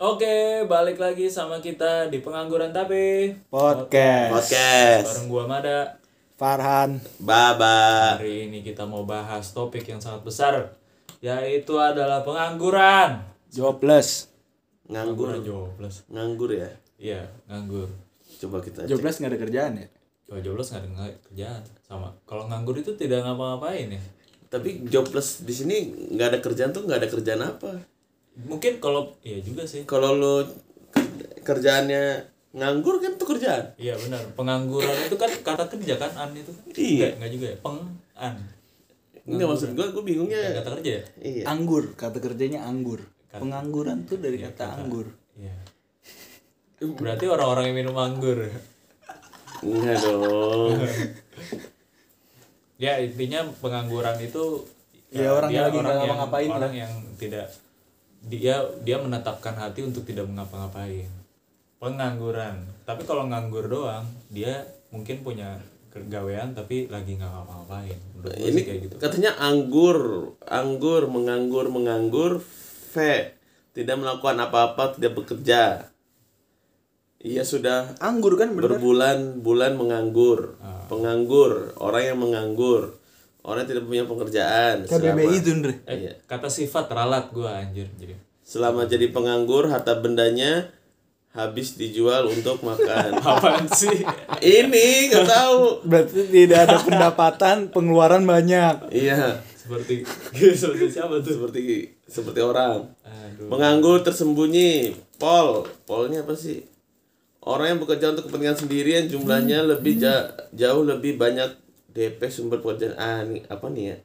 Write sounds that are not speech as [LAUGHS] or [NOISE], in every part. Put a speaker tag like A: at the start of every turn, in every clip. A: Oke, balik lagi sama kita di pengangguran tapi
B: Podcast
A: bareng
C: Podcast.
A: gua Mada.
B: Farhan
C: Baba.
A: Hari ini kita mau bahas topik yang sangat besar yaitu adalah pengangguran.
B: Jobless
C: Nganggur.
A: Joblos.
C: Nganggur ya.
A: Iya, nganggur.
C: Coba kita cek.
B: Jobless nggak ada kerjaan ya
A: Kalau joblos nggak ada nggak- kerjaan sama. Kalau nganggur itu tidak ngapa-ngapain ya.
C: Tapi jobless di sini nggak ada kerjaan tuh nggak ada kerjaan apa.
A: Mungkin kalau iya juga sih.
C: Kalau lo kerjaannya nganggur kan tuh kerjaan.
A: Iya benar. Pengangguran itu kan kata kerja kan an itu kan.
C: Iya.
A: Nggak- nggak juga ya. Peng an.
C: Enggak maksud gua, gua
A: Bukan
C: bingungnya.
A: Kata kerja ya.
C: Iya.
B: Anggur kata kerjanya anggur Pengangguran tuh dari kata, anggur
A: Iya. Berarti orang-orang yang minum anggur.
C: Enggak dong.
A: Ya intinya pengangguran itu eh,
B: Ya, orang
A: dia
B: yang lagi nggak
A: yang-
B: ngapa-ngapain lah.
A: orang yang tidak dia dia menetapkan hati untuk tidak mengapa-ngapain. Pengangguran. Tapi kalau nganggur doang, dia mungkin punya kegawean tapi lagi nggak ngapa-ngapain. Menurut gue
C: Ini
A: sih kayak gitu.
C: [LAUGHS] katanya anggur, anggur, menganggur, menganggur, V tidak melakukan apa-apa, tidak bekerja. Ia sudah
B: Anggur kan bener
C: berbulan-bulan menganggur, penganggur, orang yang menganggur, orang yang tidak punya pekerjaan.
B: KBBI
C: Selama,
B: itu Ndre
A: Eh,
C: Iya.
A: kata sifat ralat gua anjir. Jadi
C: selama jadi penganggur, harta bendanya habis dijual untuk makan.
A: apaan sih? [LAUGHS]
C: Ini nggak tahu.
B: Berarti tidak ada pendapatan [LAUGHS] pengeluaran banyak
C: Iya,
A: seperti seperti siapa tuh?
C: seperti seperti orang.
A: Aduh.
C: Menganggur tersembunyi. Pol. Polnya apa sih? Orang yang bekerja untuk kepentingan sendirian jumlahnya lebih ja- jauh lebih banyak DP sumber pekerjaan. Ah, ini apa nih ya?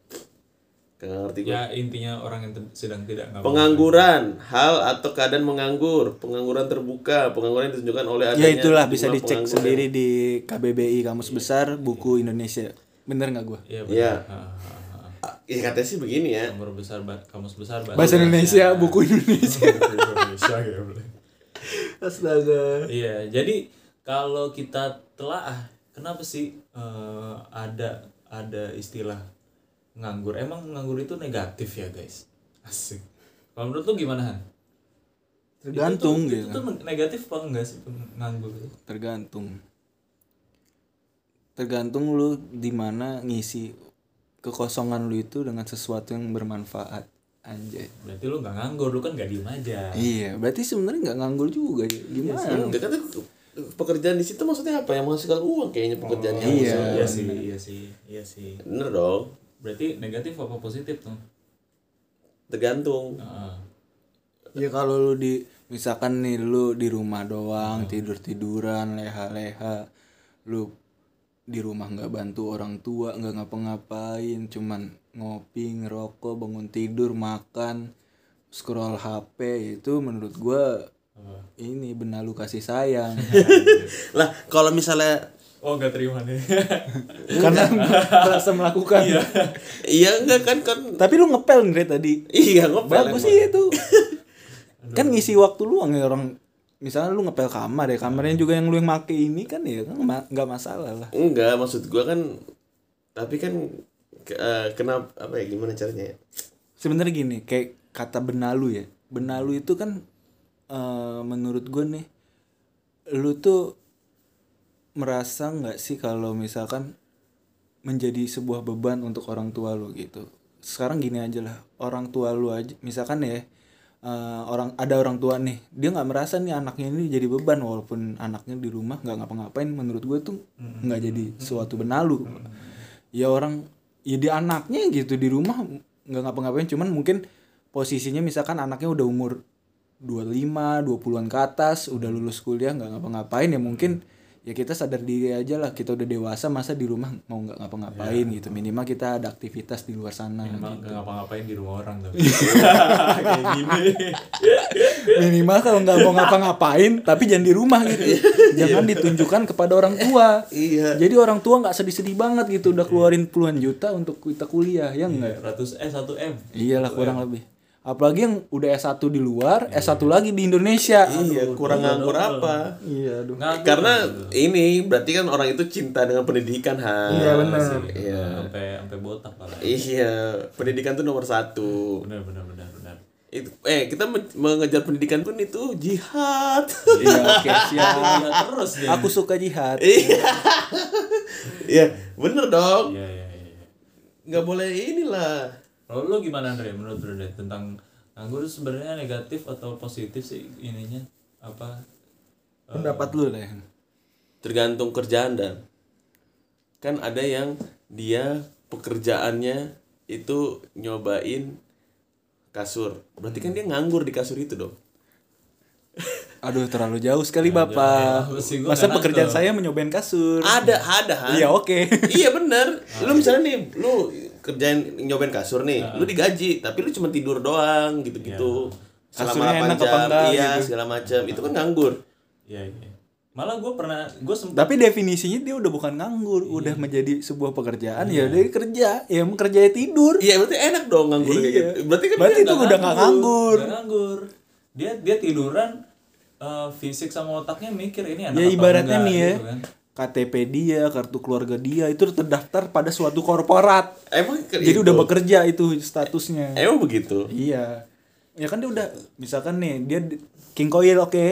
C: Kagak ngerti gue.
A: Ya intinya orang yang te- sedang tidak ngapa.
C: Pengangguran, hal atau keadaan menganggur, pengangguran terbuka, pengangguran yang ditunjukkan oleh adanya
B: Ya itulah bisa
C: sejumlah
B: dicek
C: pengangguran.
B: sendiri di KBBI Kamus Besar Buku Indonesia Bener nggak gua?
A: Iya.
C: Iya.
A: benar. Ha, ha, ha.
C: Ah, Ya katanya sih begini ya.
A: Nomor besar ba- kamus besar ya.
B: Bahasa Indonesia, buku Indonesia
A: Indonesia ya, boleh. [LAUGHS]
B: Astaga
A: Iya, jadi kalau kita telaah, kenapa sih eh, ada ada istilah nganggur? Emang nganggur itu negatif ya, guys? Asik. Kalau menurut lu gimana, Han?
B: Tergantung
A: Itu
B: gitu
A: tuh negatif apa enggak sih nganggur? itu?
B: tergantung tergantung lu di mana ngisi kekosongan lu itu dengan sesuatu yang bermanfaat anjay
A: Berarti lu nggak nganggur, lu kan nggak diem aja.
B: iya berarti sebenarnya nggak nganggur juga ya. gimana
C: Hmm, dia kata pekerjaan di situ maksudnya apa? Yang menghasilkan uang kayaknya pekerjaannya.
B: iya.
A: Iya sih, iya sih, iya sih.
C: Bener dong.
A: Berarti negatif apa positif tuh?
C: Tergantung.
B: Oh,
A: Heeh.
B: ya kalau lu di misalkan nih lu di rumah doang tidur tiduran leha-leha lu di rumah nggak bantu orang tua nggak ngapa-ngapain cuman ngopi ngerokok bangun tidur makan scroll HP itu menurut gua ini benar lu kasih sayang
C: [LAUGHS] Lah, kalau misalnya
A: Oh, nggak terima nih.
B: [LAUGHS] karena merasa melakukan
C: iya enggak kan kan
B: tapi lu ngepel Ndre tadi
C: iya ngepel.
B: bagus sih itu [LAUGHS] kan ngisi waktu luang ya orang misalnya lu ngepel kamar ya kamarnya juga yang lu yang make ini kan ya kan ma- nggak masalah lah
C: Enggak, maksud gua kan tapi kan ke- eh, kenapa apa ya gimana caranya ya?
B: sebenarnya gini kayak kata benalu ya benalu itu kan eh, menurut gue nih lu tuh merasa nggak sih kalau misalkan menjadi sebuah beban untuk orang tua lu gitu sekarang gini aja lah orang tua lu aja misalkan ya eh, orang ada orang tua nih dia nggak merasa nih anaknya ini jadi beban walaupun anaknya di rumah nggak ngapa-ngapain menurut gue tuh nggak jadi suatu benalu ya orang ya dia anaknya gitu di rumah nggak ngapa-ngapain cuman mungkin posisinya misalkan anaknya udah umur 25, 20-an ke atas, udah lulus kuliah nggak ngapa-ngapain ya mungkin ya kita sadar diri aja lah kita udah dewasa masa di rumah mau nggak ngapa-ngapain gitu minimal kita ada aktivitas di luar sana gitu.
A: Emang gak ngapa-ngapain di rumah orang tapi kayak gini.
B: minimal kalau nggak mau ngapa-ngapain tapi jangan di rumah
A: Iya.
B: gitu jangan ditunjukkan kepada orang tua
A: Eh,
C: Iya.
B: jadi orang tua nggak sedih-sedih banget gitu udah keluarin puluhan juta untuk kita kuliah ya enggak
A: Ratus eh 1 m.
B: Iyalah kurang lebih. Apalagi yang udah S1 di luar,
A: Iya.
B: S1 lagi di Indonesia.
C: Iya, kurang nganggur apa?
B: Iya, aduh.
A: Nganggur.
C: Karena ini berarti kan orang itu cinta dengan pendidikan, Han. Iya, benar. Iya.
A: Sampai sampai botak malah.
C: Iya, pendidikan tuh nomor satu.
A: Benar benar benar benar.
C: Itu, eh kita men- mengejar pendidikan pun itu jihad.
B: Iya,
C: [LAUGHS]
B: oke, siap.
A: Gila terus dia.
B: Aku suka jihad.
C: Iya, bener dong.
A: Iya iya iya. iya.
C: Nggak boleh inilah.
A: Kalau lu gimana Andre menurut lu Andre tentang nganggur itu sebenarnya negatif atau positif sih ininya apa?
B: Pendapat lu lah. Yan.
C: Tergantung kerjaan dan kan ada yang dia pekerjaannya itu nyobain kasur. Berarti kan dia nganggur di kasur itu dong.
B: Aduh, terlalu jauh sekali, Bapak.
A: jauh sih, gua
B: Masa
A: nggak
B: pekerjaan
A: nangkep.
B: saya menyobain kasur?
C: Ada, ada. Han.
B: Iya, oke. [LAUGHS]
C: iya bener lu misalnya nih lu kerjain nyobain kasur nih lu digaji tapi lu cuma tidur doang gitu gitu
B: Iya. Kasurnya
C: selama
B: enak
C: 8
B: apa
C: jam
B: enggak,
C: iya
B: gitu.
C: segala macam itu kan nganggur
A: Iya iya. Malah gue pernah gue sempat
B: Tapi definisinya dia udah bukan nganggur, udah
A: Iya.
B: menjadi sebuah pekerjaan ya udah kerja. Ya emang kerjanya tidur.
C: iya berarti enak dong nganggur kayak gitu berarti kan
B: Iya. Berarti
C: dia
B: itu
A: Iya,
C: nggak-
B: udah nggak nganggur.
A: Nggak nganggur. Dia dia tiduran eh, fisik sama otaknya mikir ini anak
B: Ya
A: apa
B: ibaratnya
A: enggak,
B: nih ya.
A: gitu kan.
B: KTP dia, kartu keluarga dia itu terdaftar pada suatu korporat.
C: emang ke-
B: Jadi
C: itu.
B: udah bekerja itu statusnya.
C: emang begitu
B: Iya. Ya kan dia udah misalkan nih dia di- King Coil oke.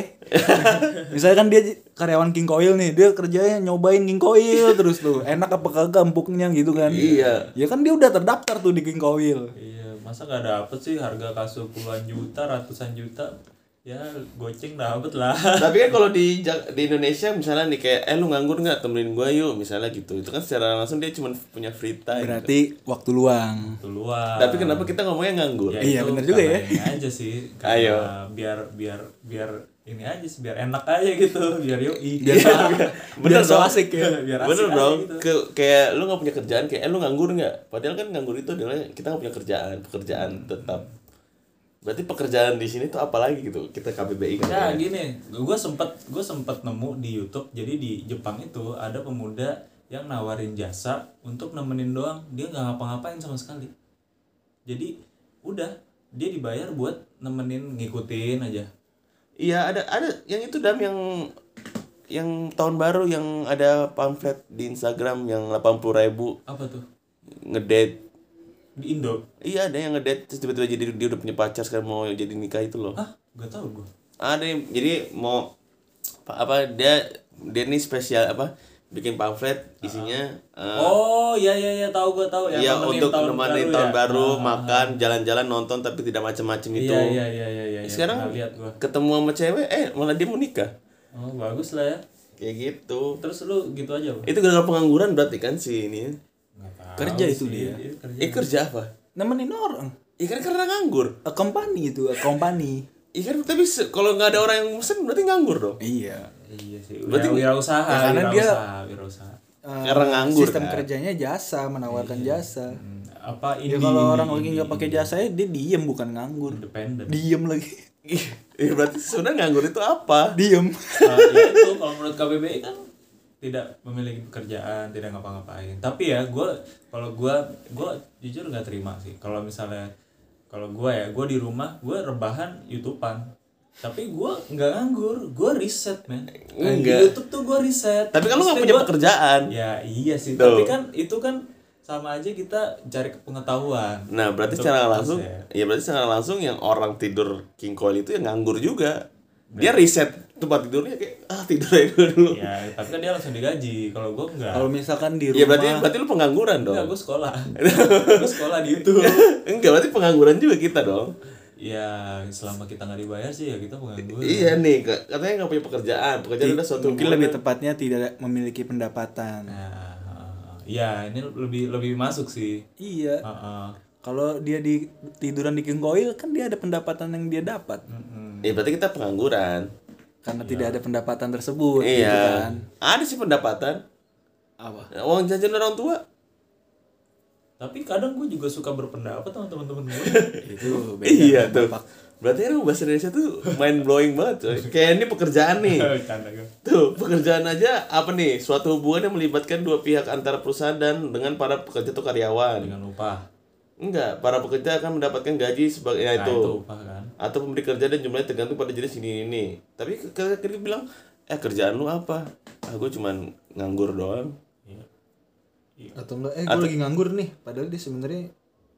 B: misalkan dia j- karyawan King Coil nih, dia kerjanya nyobain King Coil terus tuh. Enak apa kagak empuknya gitu kan.
C: Iya.
B: Ya kan dia udah terdaftar tuh di King Coil.
A: Iya, masa gak dapet sih harga kasur puluhan juta, ratusan juta? Ya, goceng dapet lah. [LAUGHS]
C: tapi kan kalau di Ja- di Indonesia misalnya nih kayak eh lu nganggur nggak temenin gua yuk misalnya gitu itu kan secara langsung dia cuma punya free time
B: Berarti waktu luang.
A: Keluar.
C: tapi kenapa kita ngomongnya nganggur
B: Iya,
A: itu
B: bener juga
A: karena
B: ya.
A: Ini aja sih. karena
C: Ayo.
A: Biar biar biar ini aja sih, biar enak aja gitu, biar yuk.
B: Biar so, biar so asik ya.
A: biar asik
C: Bener
A: aja
C: dong,
A: gitu.
C: Ke- kayak lu gak punya kerjaan, kayak eh, lu nganggur nggak? Padahal kan nganggur itu adalah kita gak punya kerjaan,
A: Hmm.
C: pekerjaan tetap. Berarti pekerjaan di sini tuh apa lagi gitu? Kita KBBI kan.
A: Nah gini, gue sempet gue sempet nemu di YouTube. Jadi di Jepang itu ada pemuda yang nawarin jasa untuk nemenin doang. Dia nggak ngapa-ngapain sama sekali. Jadi udah dia dibayar buat nemenin ngikutin aja.
C: Iya ada ada yang itu dam yang yang tahun baru yang ada pamflet di Instagram yang 80.000 ribu
A: Apa tuh?
C: ngedate.
A: Di Indo?
C: Iya ada yang ngedate terus tiba-tiba jadi dia udah punya pacar sekarang mau jadi nikah itu loh.
A: Ah, gak tau gue.
C: ada yang- jadi mau apa, apa dia dia nih spesial apa bikin pamflet isinya eh,
A: Oh ya ya ya tahu gue tahu
C: Iya
A: nemenin
C: untuk
A: tahun
C: nemenin
A: baru
C: tahun
A: ya?
C: baru, makan, jalan-jalan, nonton tapi tidak macam-macam itu.
B: Gitu.
A: Iya iya iya iya iya.
C: Sekarang
A: lihat gue.
C: ketemu sama cewek, eh malah dia mau nikah.
A: Oh bagus lah ya.
C: Kayak gitu.
A: Terus lu gitu aja bro?
C: Itu gara-gara pengangguran berarti kan sih ini.
B: Kerja itu dia.
A: Iya, kerja.
C: Eh kerja apa?
B: Nemenin orang.
C: Ya kan karena nganggur.
B: A company itu, a company.
C: Ya kan tapi se- kalau nggak ada orang yang mesen berarti nganggur dong.
B: iya.
A: Iya sih. Berarti
C: Berarti-
A: wirausaha,
B: Ya, karena dia-
A: wirausaha, wirausaha.
B: Eh,
C: Karena nganggur,
B: Sistem
C: kan?
B: kerjanya jasa, menawarkan
D: Iya.
B: jasa.
A: Hmm, apa ini
B: Ya kalau orang lagi nggak pakai jasa ya dia diem bukan nganggur.
A: independen
B: Diem lagi. [LAUGHS]
C: Ih, [LAUGHS] ya berarti sebenarnya nganggur itu apa?
B: Diem.
A: Nah, ya itu kalau menurut KBBI kan tidak memiliki pekerjaan tidak ngapa-ngapain tapi ya gue kalau gue gue jujur nggak terima sih kalau misalnya kalau gue ya gue di rumah gue rebahan youtubean tapi gue nggak nganggur gue riset men di
C: Enggak.
A: YouTube tuh gue riset
C: Tapi kan lu
A: Maksudnya
C: nggak punya
A: gua-
C: pekerjaan.
A: ya iya sih
C: Tuh.
A: tapi kan itu kan sama aja kita cari pengetahuan
C: Nah berarti
A: Untuk
C: secara
A: proses
C: langsung,
A: ya.
C: ya berarti secara langsung yang orang tidur king coil itu yang nganggur juga. Dia riset tempat tidurnya kayak ah tidur aja gua dulu.
A: ya tapi kan dia langsung digaji kalau gue enggak
B: Kalau misalkan di rumah.
C: Ya berarti berarti lu pengangguran dong.
A: Enggak, gue sekolah.
C: [LAUGHS]
A: gue sekolah di YouTube.
C: Enggak, berarti pengangguran juga kita dong.
A: ya, selama kita nggak dibayar sih ya kita pengangguran.
C: Iya nih, ka- katanya nggak punya pekerjaan. Pekerjaan udah suatu ya.
B: mungkin
C: hubungan
B: lebih
C: yang-
B: tepatnya tidak memiliki pendapatan.
A: Nah, ya ini lebih lebih masuk sih.
B: Iya.
A: Heeh.
B: Kalau dia di tiduran di genggoil kan dia ada pendapatan yang dia dapat.
C: Ya berarti kita pengangguran.
B: Karena tidak
D: Iya.
B: ada pendapatan tersebut.
C: Iya.
B: gitu kan.
C: Ada sih pendapatan.
B: Apa?
C: Uang jajan orang tua.
A: Tapi kadang gue juga suka berpendapat sama teman-teman gue.
B: Itu beda.
C: iya tuh. Berarti kan bahasa Indonesia tuh mind blowing banget. coy. Kayak ini pekerjaan
B: [LAUGHS]
C: nih.
A: Iya, Bercanda gue.
C: Tuh, pekerjaan aja apa nih? Suatu hubungan yang melibatkan dua pihak antara perusahaan dan dengan para pekerja atau
B: Iya.
C: karyawan.
A: Dengan upah.
C: Enggak, para pekerja akan mendapatkan gaji sebagai
A: Nah,
C: ya, itu.
A: itu upah kan.
C: atau pemberi kerja dan jumlahnya tergantung pada jenis ini ini tapi kalau kita bilang eh kerjaan lu apa ah gue cuman nganggur doang
A: Iya.
B: Atau enggak eh gue lagi nganggur nih. Padahal dia sebenarnya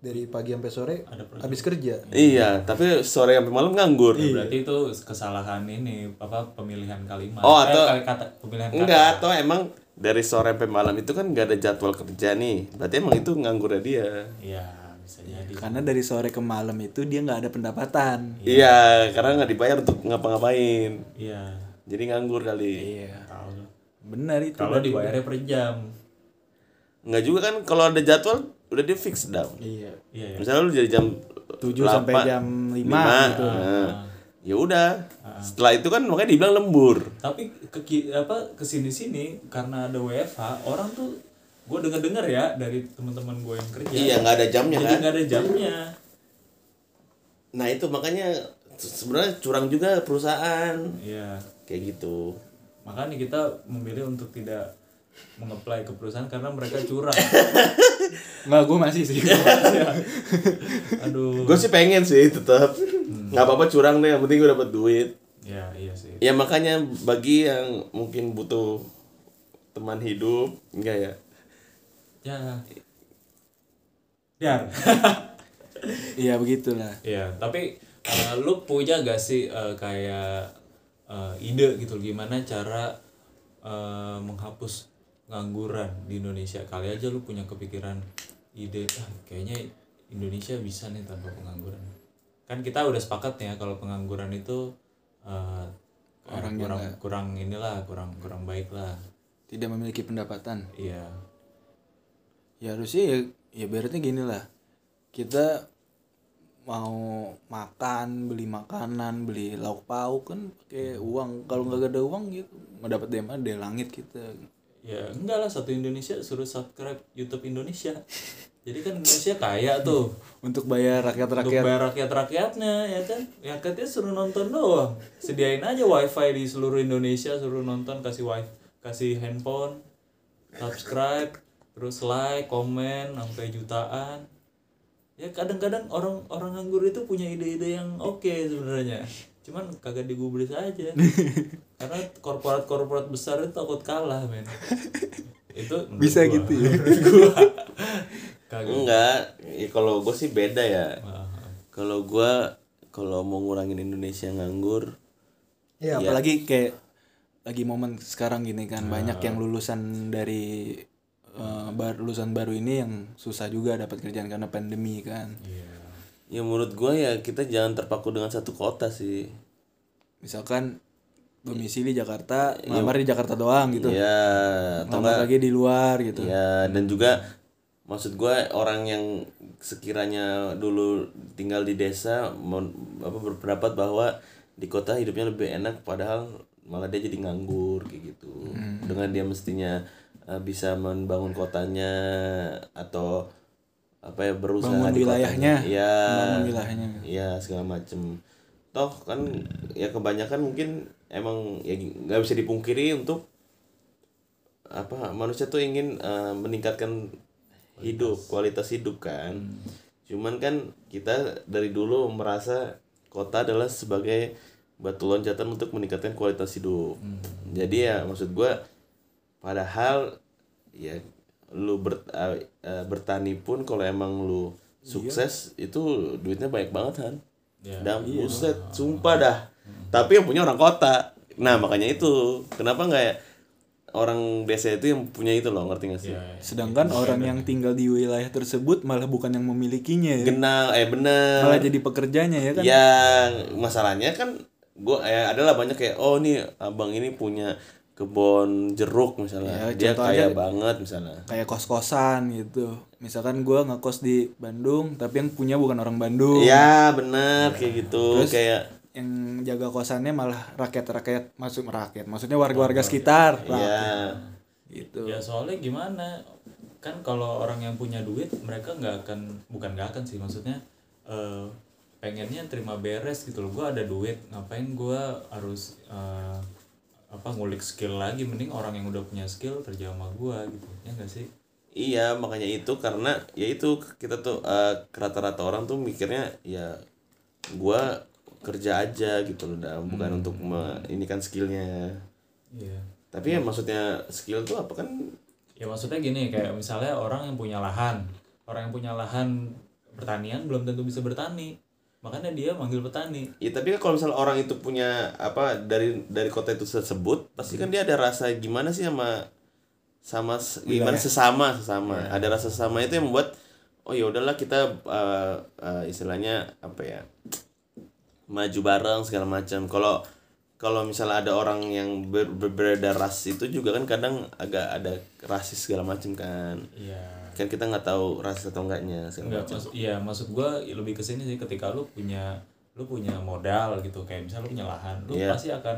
D: dari pagi sampai sore
A: Ada program.
D: habis kerja
C: Iya, tapi sore sampai malam nganggur.
A: Berarti itu kesalahan ini apa pemilihan kalimat.
C: Oh,
A: Eh,
C: atau-
A: kali kata pemilihan kata.
C: Enggak, atau emang dari sore sampai malam itu kan nggak ada jadwal kerja nih. Berarti emang itu nganggurnya dia.
A: Iya, bisa jadi.
B: Karena dari sore ke malam itu dia nggak ada pendapatan.
C: Iya, karena nggak dibayar untuk ngapa-ngapain.
A: Iya.
C: Jadi nganggur kali.
A: nggak Tahu. lah.
B: Benar itu.
A: Kalau dibayarnya per jam.
C: Nggak juga kan kalau ada jadwal udah dia fix down.
B: Iya.
A: Iya, iya.
C: Misalnya lu dari jam
B: 7 sampai jam 5 gitu.
C: nah. Ya udah. Setelah itu kan makanya dibilang lembur.
A: tapi ke ki- apa ke sini sini karena ada WFH orang tuh gue denger dengar ya dari teman-teman gue yang kerja
C: Iya, nggak ada jamnya,
A: jadi
C: kan?
A: nggak ada jamnya
C: Nah, itu makanya se- sebenarnya curang juga perusahaan.
A: iya
C: Kayak gitu.
A: makanya kita memilih untuk tidak mengeplay ke perusahaan karena mereka curang
B: Nggak, gue masih sih.
A: aduh
C: Gue sih pengen sih tetap.
A: Hmm.
C: Nggak apa-apa curang deh, yang penting gue dapat duit.
A: ya iya sih
C: Ya makanya bagi yang mungkin butuh teman hidup, enggak ya.
A: ya ya
B: [LAUGHS] Iya begitulah.
A: Iya, tapi eh, lu punya gak sih eh, kayak eh, ide gitu gimana cara eh, menghapus pengangguran di Indonesia? Kali aja lu punya kepikiran ide, ah, kayaknya Indonesia bisa nih tanpa pengangguran. Kan kita udah sepakat nih ya kalau pengangguran itu eh, kurang kurang inilah, kurang kurang baik lah.
B: Tidak memiliki pendapatan.
A: Iya.
B: Ya harusnya ya, ya berarti gini lah. Kita mau makan, beli makanan, beli lauk pauk kan pakai uang. Kalau nggak ada uang gitu, mau dapat dari mana? Dari langit kita.
A: Ya enggak lah satu Indonesia suruh subscribe YouTube Indonesia. Jadi kan Indonesia kaya tuh.
B: Untuk bayar
A: untuk
B: rakyat-rakyat.
A: bayar rakyat rakyatnya ya kan rakyatnya suruh nonton doang sediain aja wifi di seluruh Indonesia suruh nonton kasih wifi kasih handphone subscribe terus like komen sampai jutaan ya kadang-kadang orang orang nganggur itu punya ide-ide yang oke sebenarnya cuman kagak digubris
B: [LAUGHS]
A: aja karena korporat-korporat besar itu takut kalah
B: [LAUGHS]
A: men itu menurut
B: Bisa
A: gua.
B: gitu
A: [LAUGHS]
B: ya?
A: Menurut gua. kagak
C: Enggak, ya kalau gue sih beda ya.
A: Hmm. Ah.
C: Kalau gua kalau mau ngurangin Indonesia nganggur,
D: ya
B: Iya, apalagi kayak lagi momen sekarang gini kan banyak yang lulusan dari eh, bar- lulusan baru ini yang susah juga dapat kerjaan karena pandemi kan.
C: ya menurut gua ya kita jangan terpaku dengan satu kota sih.
B: Misalkan domisili Jakarta, ngelamar di Jakarta doang gitu.
C: Ya, atau
B: Ngelamar lagi di luar gitu.
C: Ya, dan juga maksud gue orang yang sekiranya dulu tinggal di desa mon- apa berpendapat bahwa di kota hidupnya lebih enak padahal malah dia jadi nganggur kayak gitu.
B: Hmm.
C: Dengan dia mestinya eh, bisa membangun kotanya atau apa ya berusaha
B: Bangun
C: di kotanya.
B: wilayahnya.
C: Iya.
B: Bangun wilayahnya.
C: Iya, segala macem toh kan ya kebanyakan mungkin emang ya nggak bisa dipungkiri untuk apa manusia tuh ingin eh, meningkatkan hidup kualitas hidup kan cuman kan kita dari dulu merasa kota adalah sebagai batu loncatan untuk meningkatkan kualitas hidup jadi ya maksud gua padahal ya lu ber, eh, eh, bertani pun kalau emang lu sukses itu duitnya banyak banget kan
A: Ya,
C: dan buset sumpah dah tapi yang punya orang kota nah makanya itu kenapa nggak ya? orang desa itu yang punya itu loh ngerti gak sih
A: Ya,
B: Sedangkan orang yang tinggal di wilayah tersebut malah bukan yang memilikinya ya.
C: kenal eh bener
B: Malah jadi pekerjanya ya kan.
C: Iya. yang masalahnya kan gua eh, adalah banyak kayak oh nih abang ini punya kebun jeruk
B: Ya,
C: misalnya dia
B: contoh
C: kaya
B: aja-
C: banget misalnya
B: Kayak kos-kosan gitu. Misalkan gua ngekos di Bandung, tapi yang punya bukan orang Bandung.
C: ya bener kayak gitu kayak
B: yang jaga kosannya malah rakyat-rakyat masuk rakyat maksudnya warga-warga sekitar Iya.
C: ya
B: lah gitu
A: Ya soalnya gimana kan kalau orang yang punya duit mereka nggak akan bukan nggak akan sih maksudnya eh, pengennya terima beres gitu loh gue ada duit ngapain gue harus eh, apa ngulik skill lagi mending orang yang udah punya skill kerja sama gue gitu ya nggak sih
C: Iya, makanya itu karena ya itu kita tuh eh, rata-rata orang tuh mikirnya ya gua kerja aja gitu loh, dah. bukan untuk me- ini kan skillnya.
A: Iya
C: Tapi ya maksudnya skill tuh apa kan?
A: ya maksudnya gini kayak misalnya orang yang punya lahan orang yang punya lahan pertanian belum tentu bisa bertani makanya dia manggil petani
C: Ya tapi kan kalau misalnya orang itu punya apa dari dari kota itu tersebut, pasti kan dia ada rasa gimana sih sama sama s- gimana sesama sesama. Ada rasa sesama itu yang membuat oh ya udahlah kita eh, eh, istilahnya apa ya maju bareng segala macam. Kalau kalau misalnya ada orang yang ber, berbeda ras itu juga kan kadang agak ada rasis segala macam kan.
A: iya
C: Kan kita nggak tahu ras atau enggaknya segala
A: Enggak,
C: macam.
A: maksud, iya maksud gua lebih ke sini sih ketika lu punya lu punya modal gitu kayak misalnya lu punya lahan lu
C: Iya.
A: pasti akan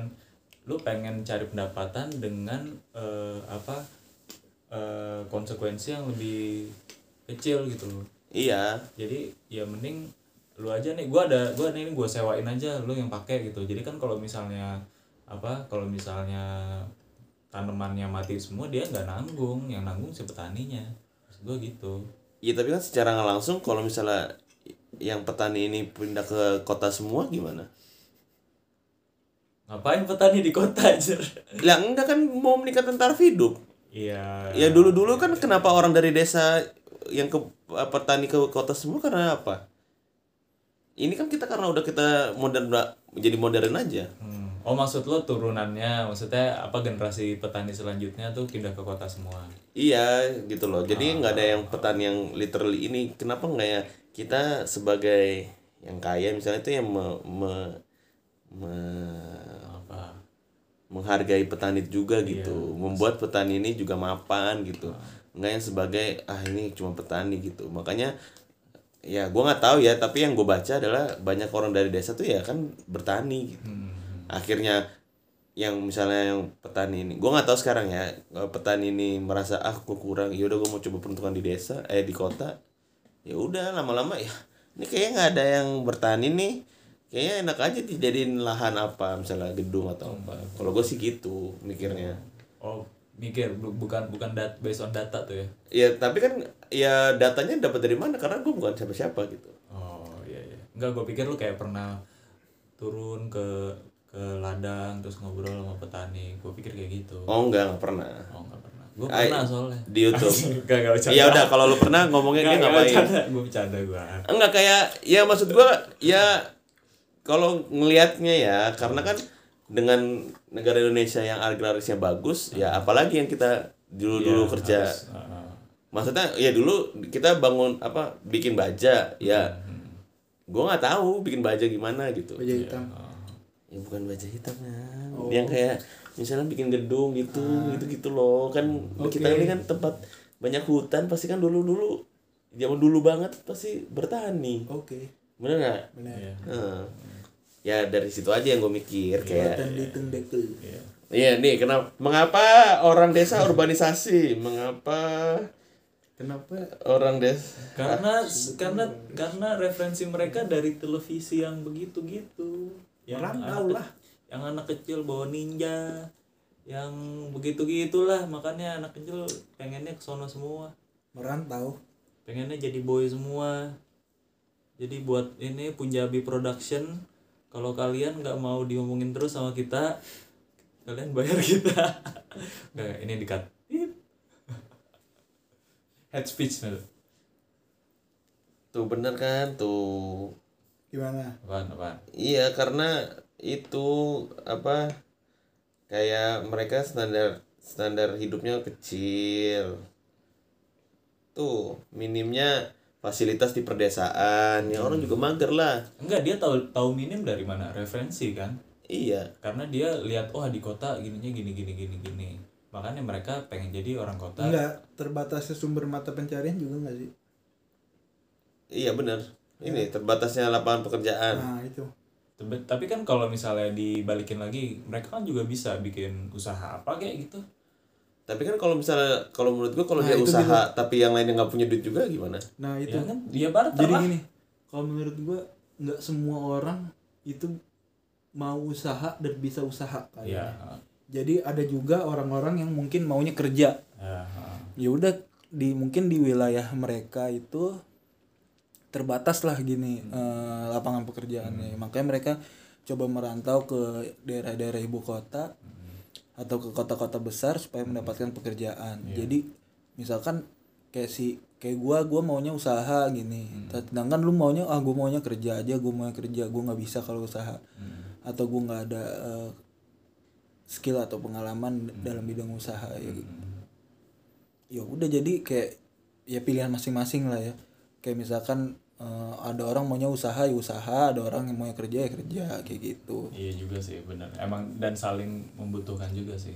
A: lu pengen cari pendapatan dengan eh, apa eh, konsekuensi yang lebih kecil gitu loh
C: Iya.
A: jadi ya mending lu aja nih gua ada gua ada ini gua sewain aja lu yang pakai gitu jadi kan kalau misalnya apa kalau misalnya tanamannya mati semua dia nggak nanggung yang nanggung si petaninya maksud gua gitu
C: Iya tapi kan secara nggak langsung kalau misalnya yang petani ini pindah ke kota semua gimana?
A: ngapain petani di kota aja
C: Lah enggak kan mau meningkatkan taraf hidup.
A: iya
C: Ya dulu-dulu kan kenapa orang dari desa yang ke eh, petani ke kota semua karena apa? Ini kan kita karena udah kita modern jadi modern aja.
A: Hmm. oh maksud lo turunannya maksudnya apa generasi petani selanjutnya tuh pindah ke kota semua
C: Iya gitu loh. Jadi nggak ada yang petani yang literally ini. Kenapa nggak ya kita sebagai yang kaya misalnya itu yang me- me- me-
A: apa
C: menghargai petani juga gitu membuat petani ini juga mapan gitu nggak yang sebagai ah ini cuma petani gitu makanya ya gua nggak tahu ya tapi yang gue baca adalah banyak orang dari desa tuh ya kan bertani gitu
A: hmm.
C: akhirnya yang misalnya yang petani ini gua nggak tahu sekarang ya kalau petani ini merasa ah gue kurang ya udah gue mau coba peruntukan di desa eh di kota ya udah lama-lama ya ini kayaknya nggak ada yang bertani nih kayaknya enak aja dijadiin lahan apa misalnya gedung atau apa kalau gue sih gitu mikirnya
A: oh mikir bu- bukan bukan dat based on data tuh ya
C: ya tapi kan ya datanya dapat dari mana karena gue bukan siapa-siapa gitu
A: oh iya iya nggak gue pikir lu kayak pernah turun ke ke ladang terus ngobrol sama petani gue pikir kayak gitu
C: oh enggak nggak pernah
A: oh nggak pernah gue
C: Ay,
A: pernah soalnya
C: di
A: [LAUGHS]
C: YouTube
A: gak gak bercanda
C: ya udah kalau lu pernah ngomongnya dia ngapain
A: gue bercanda gue
C: enggak kayak ya maksud gua ya kalau ngelihatnya ya karena kan dengan negara Indonesia yang agrarisnya bagus ya apalagi yang kita dulu dulu
A: Iya,
C: kerja
A: harus, uh,
C: maksudnya ya dulu kita bangun apa bikin baja ya gua nggak tahu bikin baja gimana
B: Oh,
C: gitu
B: iya.
E: Baja hitam.
C: ya bukan baja hitam ya yang kayak misalnya bikin gedung gitu gitu gitu loh kan kita ini kan tempat banyak hutan pasti kan dulu dulu zaman dulu banget pasti bertani
B: Oke,
C: bener nggak
B: benar.
A: iya.
C: Heeh. ya dari situ aja yang gue mikir kayak
B: Dan ditendekul.
A: Iya.
C: iya nih kenapa mengapa orang desa urbanisasi mengapa
B: Kenapa?
C: orang desa
A: karena karena karena referensi mereka dari televisi yang begitu gitu yang
B: Merantau
A: anak,
B: lah.
A: yang anak kecil bawa ninja yang begitu gitulah makanya anak kecil pengennya ke sono semua
B: Merantau.
A: pengennya jadi boy semua jadi buat ini Punjabi Production kalau kalian nggak mau diomongin terus sama kita kalian bayar [LAUGHS] kita nggak ini dikat head speech Mel.
C: tuh bener kan tuh
B: Gimana?
A: apaan apaan
C: iya karena itu apa kayak mereka standar standar hidupnya kecil tuh minimnya fasilitas di perdesaan ya orang juga mager lah
A: Enggak, dia tahu tahu minim dari mana referensi kan?
C: iya
A: Karena dia lihat oh di kota gininya gini gini gini gini. Makanya mereka pengen jadi orang kota.
B: Enggak, terbatasnya sumber mata pencarian juga enggak sih?
C: iya bener ini terbatasnya lapangan pekerjaan
B: Nah, itu.
A: Tebe- Tapi kan kalau misalnya dibalikin lagi, mereka kan juga bisa bikin usaha apa kayak gitu.
C: Tapi kan kalau misalnya kalau menurut gua kalau
B: Nah,
C: dia
B: itu
C: usaha tapi yang lainnya nggak punya duit juga gimana?
B: Nah, itu.
A: Ya kan? Dia barter
B: Jadi
A: lah.
B: gini, kalau menurut gua nggak semua orang itu mau usaha dan bisa usaha
A: Iya.
B: kayaknya. Jadi ada juga orang-orang yang mungkin maunya kerja.
A: Ya, heeh.
B: Ya udah di mungkin di wilayah mereka itu terbatas lah gini eh, lapangan pekerjaannya. Makanya mereka coba merantau ke daerah-daerah ibu kota atau ke kota-kota besar supaya mendapatkan pekerjaan. Jadi misalkan kayak si kayak gua gua maunya usaha gini sedangkan lu maunya ah gua maunya kerja aja gua maunya kerja gua nggak bisa kalau usaha atau gua nggak ada eh, skill atau
A: Hmm.
B: pengalaman d- dalam bidang usaha ya ya udah jadi kayak ya pilihan masing-masing lah ya kayak misalkan eh, ada orang maunya usaha ya usaha ada orang yang maunya kerja ya kerja kayak gitu
A: Iya juga sih benar. Emang dan saling membutuhkan juga sih.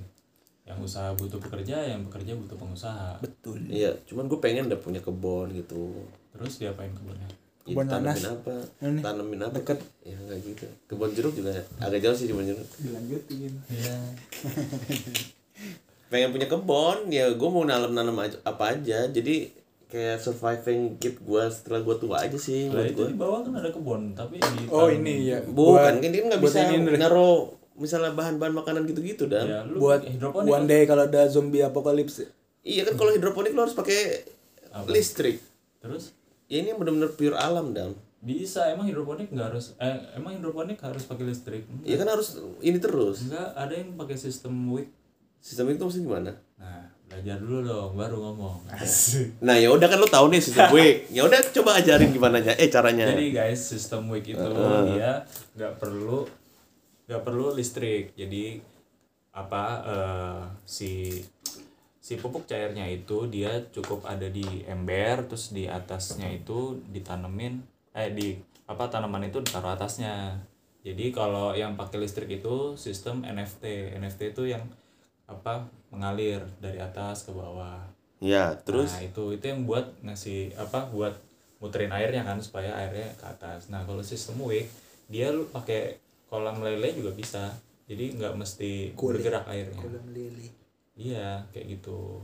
A: Yang usaha butuh pekerja, yang pekerja butuh pengusaha.
B: betul
C: Iya, cuman gue pengen udah punya kebun gitu.
A: Terus diapain kebunnya?
C: Kebun tanamin apa?
B: Ini,
C: Tanamin apa? Ya enggak gitu. Kebun jeruk juga agak jauh sih kebun jeruk.
B: dilanjutin
A: Iya.
C: Pengen punya kebun, ya gue mau nanam-nanam aja- apa aja. Jadi kayak surviving kit gue setelah gue tua aja sih
A: Lah
C: buat
A: itu
C: gue.
A: di bawah kan ada kebun, tapi di
F: oh
A: tanam-
F: ini ya
C: Bukan, kan dia nggak
F: buat
C: bisa
F: ini, Dre.
C: naruh misalnya bahan-bahan makanan gitu-gitu dan.
A: Ya, lu
B: buat
A: hidroponik.
B: one day kalau ada zombie ya. apokalips
C: Iya kan kalau hidroponik lo harus pakai listrik.
A: Terus
C: Ya ini benar-benar pure alam dam.
A: bisa emang hidroponik nggak harus eh, emang hidroponik harus pakai listrik?
C: Ya kan harus ini terus.
A: Enggak, ada yang pakai sistem wick.
C: Sistem itu maksudnya gimana?
A: Nah, belajar dulu dong baru ngomong. Asik.
C: Nah ya udah kan lo tahu nih [LAUGHS] sistem wake. Ya udah coba ajarin gimana aja. Eh caranya.
A: Jadi guys, sistem wig itu dia nggak perlu nggak perlu listrik. Jadi apa eh, si si pupuk cairnya itu dia cukup ada di ember terus di atasnya itu ditanemin eh di apa tanaman itu ditaruh atasnya. Jadi kalau yang pakai listrik itu sistem NFT. NFT itu yang apa mengalir dari atas ke bawah.
C: ya terus
A: Nah, itu itu yang buat ngasih apa buat muterin airnya kan supaya airnya ke atas. Nah, kalau sistem wig dia lu pakai kolam lele juga bisa. Jadi nggak mesti bergerak airnya. Iya, kayak gitu.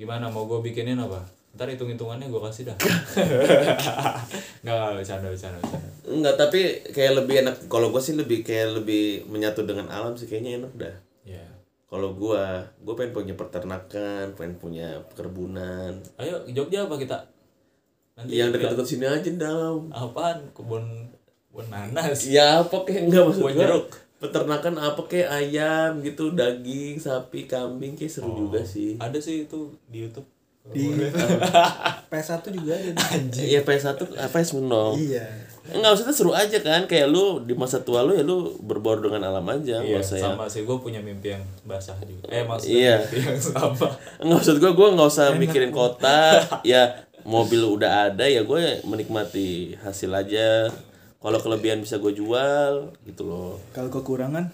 A: Gimana mau gue bikinin apa? Ntar hitung-hitungannya gue kasih dah. Nggak, nggak, bercanda, bercanda, bercanda.
C: enggak tapi kayak lebih enak. Kalau gue sih lebih kayak lebih menyatu dengan alam sih kayaknya enak dah.
A: Iya.
C: Kalau gue, gue pengen punya peternakan, pengen punya perkebunan. Iya,
A: Ayo, Jogja apa kita? Nanti
C: Yang
A: kita-
C: dekat-dekat sini aja dam.
A: Apaan? Kebun kebun nanas.
C: Ya apa kayak enggak maksud
A: Buah
C: gua,
A: jeruk.
C: Peternakan apa kayak ayam gitu, daging, sapi, kambing kayak seru juga sih.
A: Ada sih itu di YouTube.
B: [LAUGHS] PS1 juga ada
C: Iya PS1 apa PS0?
B: [LAUGHS] iya
C: Enggak maksudnya seru aja kan kayak lu di masa tua lu ya lu berbaur dengan alam
A: Iya,
C: aja enggak usah ya.
A: sama sih gue punya mimpi yang basah juga. Eh maksudnya
C: Iya.
A: mimpi yang [LAUGHS] sama.
C: Enggak maksud gua gua enggak usah mikirin kota, ya mobil udah ada ya gue menikmati hasil aja. Kalau kelebihan bisa gue jual gitu loh.
B: kalau kekurangan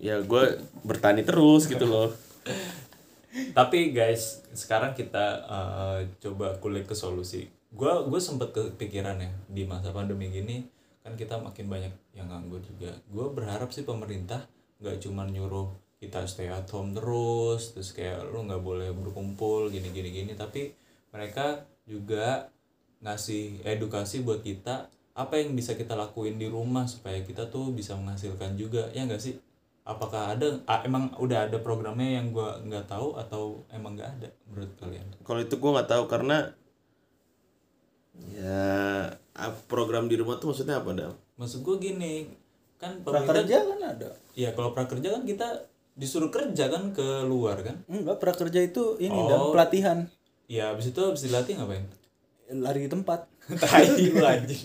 C: Ya gue bertani terus gitu loh.
A: Tapi guys, sekarang kita eh, coba kulik ke solusi. Gue gue sempet kepikiran ya di masa pandemi gini kan kita makin banyak yang nganggur juga. Gue berharap sih pemerintah nggak cuman nyuruh kita stay at home terus, terus kayak lu nggak boleh berkumpul gini gini gini. Tapi mereka juga ngasih edukasi buat kita apa yang bisa kita lakuin di rumah supaya kita tuh bisa menghasilkan juga ya nggak sih apakah ada ah, emang udah ada programnya yang gua nggak tahu atau emang nggak ada menurut kalian
C: Kalau itu gua nggak tahu karena ya ap- program di rumah tuh maksudnya apa dam?
A: maksud gua gini kan
B: prakerja
A: pemerintah
B: kan ada
A: ya kalau prakerja kan kita disuruh kerja kan keluar kan
B: enggak prakerja itu ini
A: Oh.
B: dan pelatihan
A: ya abis itu abis dilatih ngapain
B: lari di tempat
A: [LAUGHS] tai lu anjing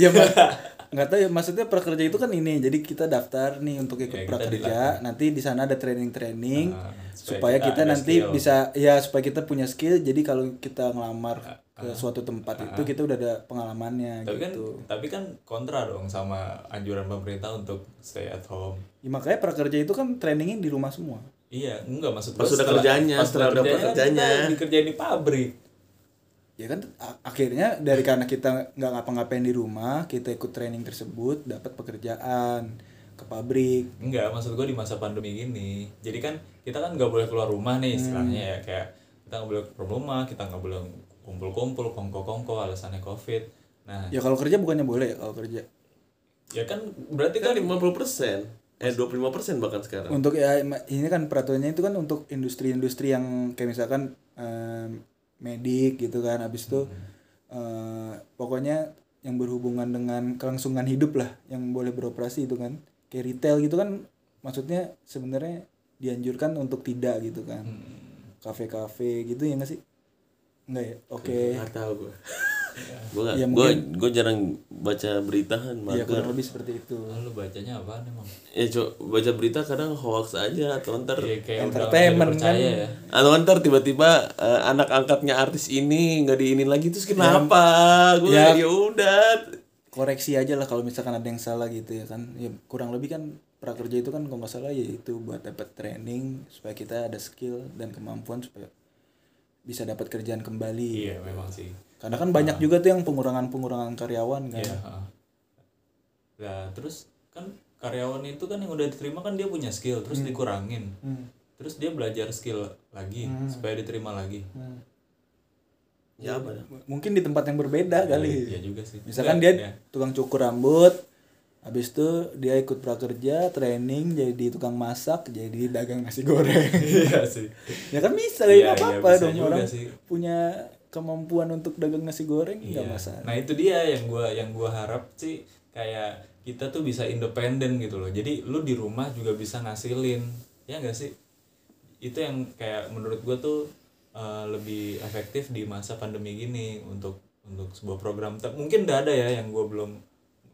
B: ya
A: [LAUGHS]
B: mak- nggak tahu ya maksudnya prakerja itu kan ini jadi kita daftar nih untuk ikut
A: Ya, kita
B: prakerja nanti di sana ada training training
A: Ah, supaya
B: supaya
A: kita
B: kita,
A: ada
B: nanti
A: skill.
B: bisa ya supaya kita punya skill jadi kalau kita
A: Ah,
B: ngelamar ke suatu tempat itu kita udah ada pengalamannya
A: tapi kan
B: gitu
A: tapi kan kontra dong sama anjuran pemerintah untuk stay at home
B: Ya, makanya prakerja itu kan trainingnya di rumah semua
A: iya enggak maksud
C: Pas
A: gua
C: udah
A: setelah-
C: kerjanya,
A: pas
C: setelah udah
A: kerjanya, kan
C: pekerjanya.
A: kita dikerjain di pabrik
B: ya kan a- akhirnya
A: [LAUGHS]
B: dari karena kita nggak ngapa-ngapain di rumah kita ikut training tersebut dapat pekerjaan ke pabrik
A: Enggak, maksud gue di masa pandemi gini. Jadi kan kita kan nggak boleh keluar rumah
C: Hmm.
A: nih istilahnya ya kayak kita nggak boleh keluar rumah, kita nggak boleh kumpul-kumpul, kongko-kongko alasannya covid. Nah,
C: Iya.
A: ya,
B: ya kalau kerja bukannya boleh ya kalau kerja
A: kan berarti kan
C: Kan 50 eh 25 bahkan sekarang.
B: untuk ya ma- ini kan peraturannya itu kan untuk industri-industri yang kayak misalkan em, medik gitu kan habis itu eh, pokoknya yang berhubungan dengan kelangsungan hidup lah yang boleh beroperasi itu kan kayak retail gitu kan maksudnya sebenarnya dianjurkan untuk tidak gitu kan kafe-kafe gitu ya nggak sih Enggak ya? Oke.
C: Nggak tahu gue. gue nggak-
B: Ya,
C: gue gue jarang baca berita kan
B: Ya kurang
C: mager.
B: lebih seperti itu.
A: Lalu bacanya apaan emang?
C: Ya, cok baca berita kadang hoax aja atau ntar
A: Ya, kayak udah nggak
B: Entertainment
A: dipercaya
B: kan.
A: ya.
C: atau ntar tiba-tiba eh, anak angkatnya artis ini nggak diinin lagi terus kenapa? Gue
B: Ya.
C: ya udah
B: Koreksi aja lah kalau misalkan ada yang salah gitu ya kan. Ya kurang lebih kan prakerja itu kan kalau nggak salah ya itu buat dapat training supaya kita ada skill dan kemampuan supaya bisa dapat kerjaan kembali.
A: Iya, memang sih.
B: Karena kan banyak juga tuh yang pengurangan-pengurangan karyawan kan.
A: Iya. heeh. Nah, terus kan karyawan itu kan yang udah diterima kan dia punya skill, terus
C: Hmm.
A: dikurangin. Terus dia belajar skill lagi
C: Hmm.
A: supaya diterima lagi.
C: Ya apa dah?
B: Mungkin di tempat yang berbeda kali.
A: Iya juga sih.
B: Misalkan
A: Enggak, ya.
B: dia tukang cukur rambut, habis itu dia ikut prakerja, training jadi tukang masak, jadi dagang nasi goreng.
A: Iya sih.
B: ya kan bisa, ya
A: Iya,
B: nggak
A: iya,
B: apa-apa
A: bisa
B: dong
A: juga
B: orang
A: sih.
B: punya kemampuan untuk dagang nasi goreng nggak
A: Iya.
B: masalah.
A: Nah itu dia yang gua yang gua harap sih kayak kita tuh bisa independen gitu loh. Jadi lu di rumah juga bisa ngasilin, ya enggak sih? Itu yang kayak menurut gua tuh uh, lebih efektif di masa pandemi gini untuk untuk sebuah program. Ta- Mungkin udah ada ya yang gua belum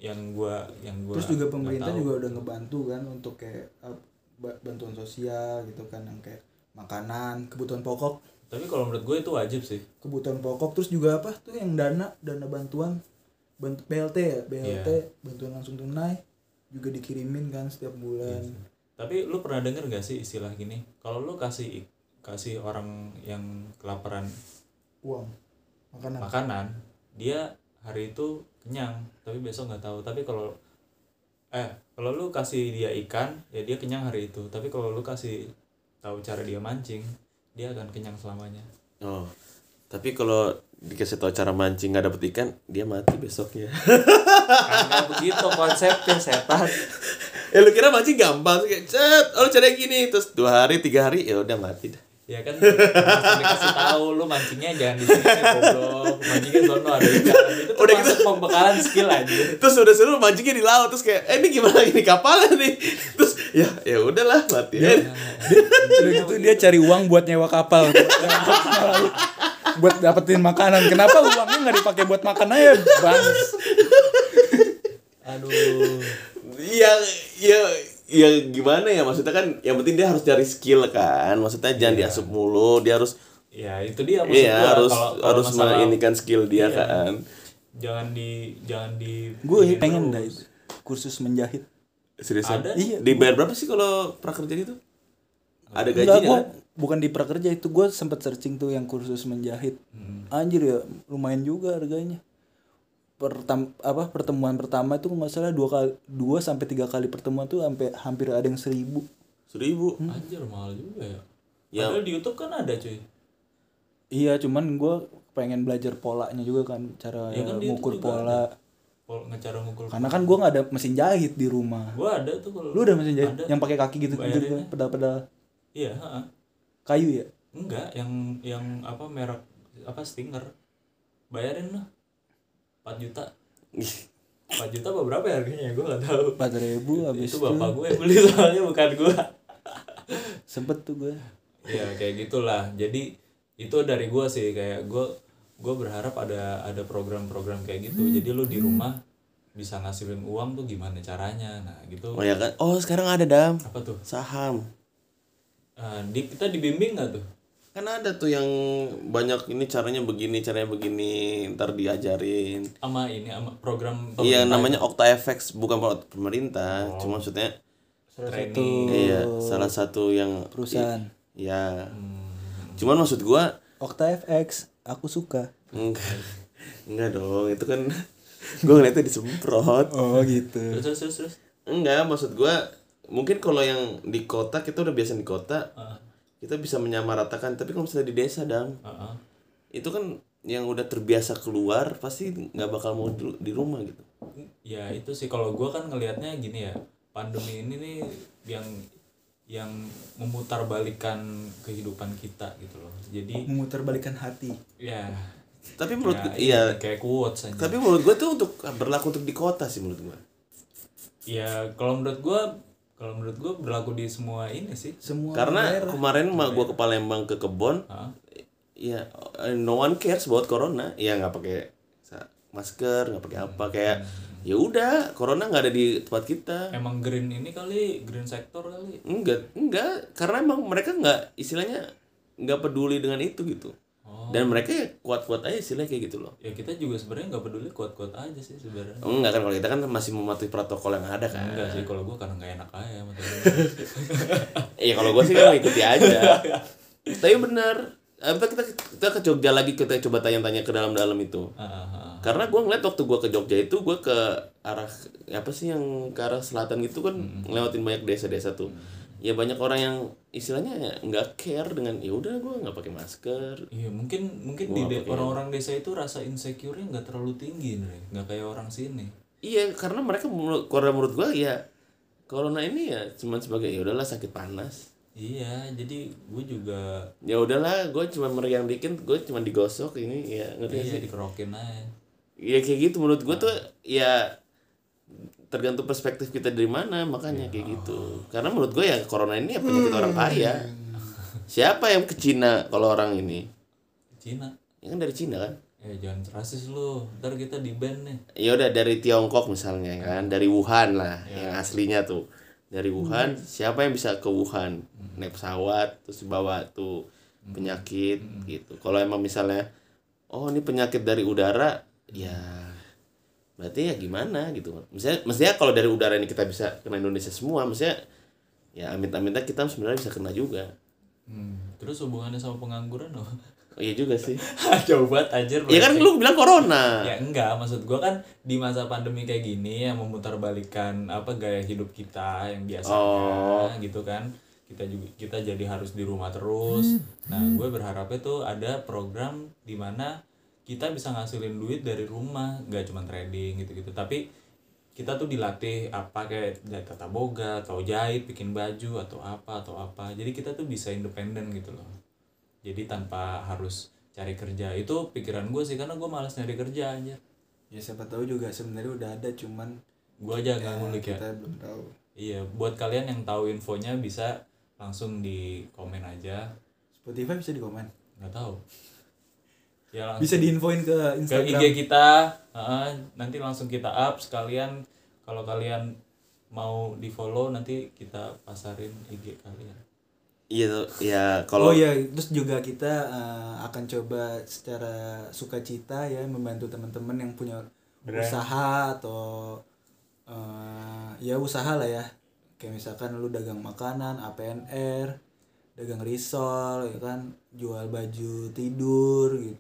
A: yang gua yang gua
B: Terus juga
A: nggak
B: pemerintah
A: tahu.
B: juga udah ngebantu kan untuk kayak eh, ba- bantuan sosial gitu kan yang kayak makanan, kebutuhan pokok,
A: Tapi kalau menurut gue itu wajib sih.
B: kebutuhan pokok terus juga apa tuh yang dana dana bantuan bant- BLT ya BLT
A: Iya.
B: bantuan langsung tunai juga dikirimin kan setiap bulan
A: Iya Tapi lu pernah denger gak sih istilah gini? Kalau lu kasih kasih orang yang kelaparan
B: uang makanan
A: makanan dia hari itu kenyang tapi besok nggak tahu tapi kalau eh kalau lu kasih dia ikan ya dia kenyang hari itu tapi kalau lu kasih tahu cara dia mancing dia akan kenyang selamanya
C: Oh. Tapi kalau dikasih tau cara mancing nggak dapet ikan, dia mati besoknya. [LAUGHS]
A: karena Kan begitu konsepnya setan
C: eh lu kira mancing gampang sih kayak cet, oh lu cara yang gini terus dua hari tiga hari ya udah mati dah.
A: ya kan harus dikasih tahu lu mancingnya jangan di sini goblok mancingnya sono ada ikan itu
C: [LAUGHS] Udah gitu.
A: termasuk pembekalan skill aja
C: Terus udah seru mancingnya di laut terus kayak eh ini gimana ini kapalnya nih. [LAUGHS] Terus ya ya udahlah mati. aja.
B: Udah gitu dia cari uang buat nyewa kapal [LAUGHS] buat, buat dapetin makanan kenapa uangnya nggak dipakai buat makan aja bang
A: aduh
C: Ya ya ya gimana ya maksudnya kan yang penting dia harus cari skill kan. Maksudnya jangan diasup mulu, dia harus
A: ya itu dia maksud
C: Iya
A: gua.
C: harus
A: Kalau- kalau
C: harus
A: masalah
C: menginikan skill dia
A: Iya.
C: kan.
A: jangan di jangan di
B: gue
A: ini
B: pengen
A: terus.
B: dah itu kursus menjahit
C: Seriusan?
A: Ada.
C: Iya. Dibayar berapa sih kalau prakerja gitu? Ada
B: Enggak,
C: gajinya
B: gua
C: kan?
B: bukan di prakerja itu gue sempet searching tuh yang kursus menjahit anjir ya lumayan juga harganya Pertam, apa pertemuan pertama itu nggak salah dua kali dua sampai tiga kali pertemuan tuh sampai hampir ada yang seribu
C: Seribu.
A: Anjir mahal juga ya.
C: Ya.
A: Padahal di YouTube kan ada cuy.
B: iya cuman gue pengen belajar polanya juga kan cara
A: Ya kan di
B: ngukur
A: YouTube juga
B: pola
A: Kalau ngecara mukul.
B: karena kan gue nggak ada mesin jahit di rumah
A: Gua ada tuh kalau.
B: lu udah mesin jahit
A: Ada.
B: yang pakai kaki gitu gitu
A: Bayarinnya.
B: kan, pedal-pedal
A: Iya, heeh.
B: kayu ya
A: Enggak, yang yang apa merek apa Stinger. Bayarin lah. 4
B: [LAUGHS]
A: juta. 4 juta apa berapa ya harganya? Gua enggak tahu.
B: empat ribu habis
A: Itu
B: itu
A: bapak gue yang beli soalnya bukan gua. [LAUGHS]
B: sempet tuh gue
A: ya kayak gitulah. Jadi itu dari gua sih kayak gua gua berharap ada ada program-program kayak
C: Hmm,
A: gitu. Jadi lu di rumah bisa ngasilin uang tuh gimana caranya. Nah, gitu.
C: Oh ya kan? Oh sekarang ada dam
A: Apa tuh?
C: saham.
A: Eh, di, kita dibimbing nggak tuh?
C: Kan ada tuh yang banyak ini caranya begini, caranya begini, ntar diajarin.
A: Sama ini, sama program
C: Iya namanya Okta FX bukan pro- pemerintah, cuma maksudnya
A: training.
C: iya salah satu yang
B: perusahaan
C: ya. Cuman maksud gua
B: Okta FX aku suka
C: enggak enggak dong itu kan [LAUGHS] gua ngeliatnya disemprot.
B: oh gitu
A: Terus, terus, terus, terus.
C: Enggak, maksud gua mungkin kalau yang di kota kita udah biasa di kota. Kita bisa menyamaratakan, tapi kalau misalnya di desa, Dam,
A: Heeh.
C: itu kan yang udah terbiasa keluar pasti nggak bakal mau di, di rumah gitu.
A: Ya itu sih, kalau gua kan ngelihatnya gini ya, pandemi ini nih yang yang memutarbalikan kehidupan kita gitu loh. Jadi
B: memutarbalikan hati
A: ya,
C: Tapi menurut
A: ya,
C: gua-
A: ini
C: iya,
A: kayak quotes aja.
C: tapi menurut gua tuh untuk berlaku untuk di kota sih menurut gua.
A: Ya kalau menurut gua kalau menurut gua berlaku di semua ini sih.
B: semua
A: Nah,
C: Karena kemarin mah gua ke Palembang ke kebon,
A: Heeh.
C: ya eh, no one cares buat corona ya nggak pakai sa- masker nggak pakai apa kayak ya udah corona nggak ada di tempat kita
A: Emang green ini kali, green sector kali.
C: enggak enggak karena emang mereka nggak istilahnya nggak peduli dengan itu gitu dan mereka ya kuat-kuat aja istilahnya kayak gitu loh
A: Ya kita juga sebenarnya nggak peduli kuat-kuat aja sih sebenarnya.
C: enggak kan kalau kita kan masih mematuhi protokol yang ada kan
A: Enggak sih kalau gua karena nggak enak aja sama temen.
C: [LAUGHS] Iya kalau gue sih kan ngikuti aja. Tapi benar. Apa kita kita ke Jogja lagi kita coba tanya-tanya ke dalam-dalam itu.
A: Ah, ah, ah.
C: Karena gue ngeliat waktu gue ke Jogja itu gue ke arah apa sih yang ke arah selatan gitu kan ngelewatin banyak desa-desa tuh. Ya banyak orang yang istilahnya ya nggak care dengan ya udah gue nggak pakai masker.
A: Iya mungkin mungkin di de- orang-orang desa itu rasa insecure-nya nggak terlalu tinggi nih, nggak kayak orang sini.
C: Iya karena mereka menurut karena menurut gue ya corona ini ya cuman sebagai ya udahlah sakit panas.
A: Iya, jadi gue juga
C: Ya udahlah gue cuma meriang dikit gue cuma digosok ini ya ngerti nggak sih?
A: iya dikerokin aja.
C: ya kayak gitu menurut gue tuh ya tergantung perspektif kita dari mana makanya kayak gitu karena menurut gue ya corona ini ya penyakit orang kaya siapa yang ke Cina kalau orang ini
A: Cina.
C: ya kan dari Cina kan
A: Ya jangan rasis lu, ntar kita di ban nih.
C: ya udah dari Tiongkok misalnya ya kan dari Wuhan lah yang aslinya tuh dari Wuhan siapa yang bisa ke Wuhan naik pesawat terus bawa tuh penyakit gitu kalau emang misalnya oh ini penyakit dari udara ya berarti ya gimana gitu misalnya mestinya kalau dari udara ini kita bisa kena Indonesia semua maksudnya ya amit-amitnya kita sebenarnya bisa kena juga
A: Hmm. Terus hubungannya sama pengangguran lo?
C: oh, iya juga sih
A: [LAUGHS] Jauh banget anjir.
C: ya kan lu bilang corona
A: Ya enggak, maksud gua kan di masa pandemi kayak gini yang memutarbalikan apa gaya hidup kita yang biasanya gitu kan. Kita juga kita jadi harus di rumah terus. Nah, gue berharapnya tuh ada program di mana kita bisa ngasilin duit dari rumah, gak cuma trading gitu-gitu. Tapi kita tuh dilatih apa kayak dari tata boga atau jahit bikin baju atau apa atau apa jadi kita tuh bisa independen gitu loh jadi tanpa harus cari kerja itu pikiran gue sih karena gue malas nyari kerja aja
B: ya siapa tahu juga sebenarnya udah ada cuman
A: gue aja nggak ngulik ya
B: kita belum tahu
A: iya buat kalian yang tahu infonya bisa langsung di komen aja
B: Spotify bisa di komen
A: nggak tahu ya langsung
B: bisa diinfoin ke
A: ke
B: Instagram
A: IG kita heeh, nanti langsung kita up sekalian kalau kalian mau di follow nanti kita pasarin IG kalian
C: iya tuh. ya
B: Oh
C: kalau
B: ya, terus juga kita eh, akan coba secara sukacita ya membantu teman-teman yang punya usaha atau eh, ya usaha lah ya. Kayak misalkan lu dagang makanan, APNR, dagang risol ya kan, jual baju tidur gitu.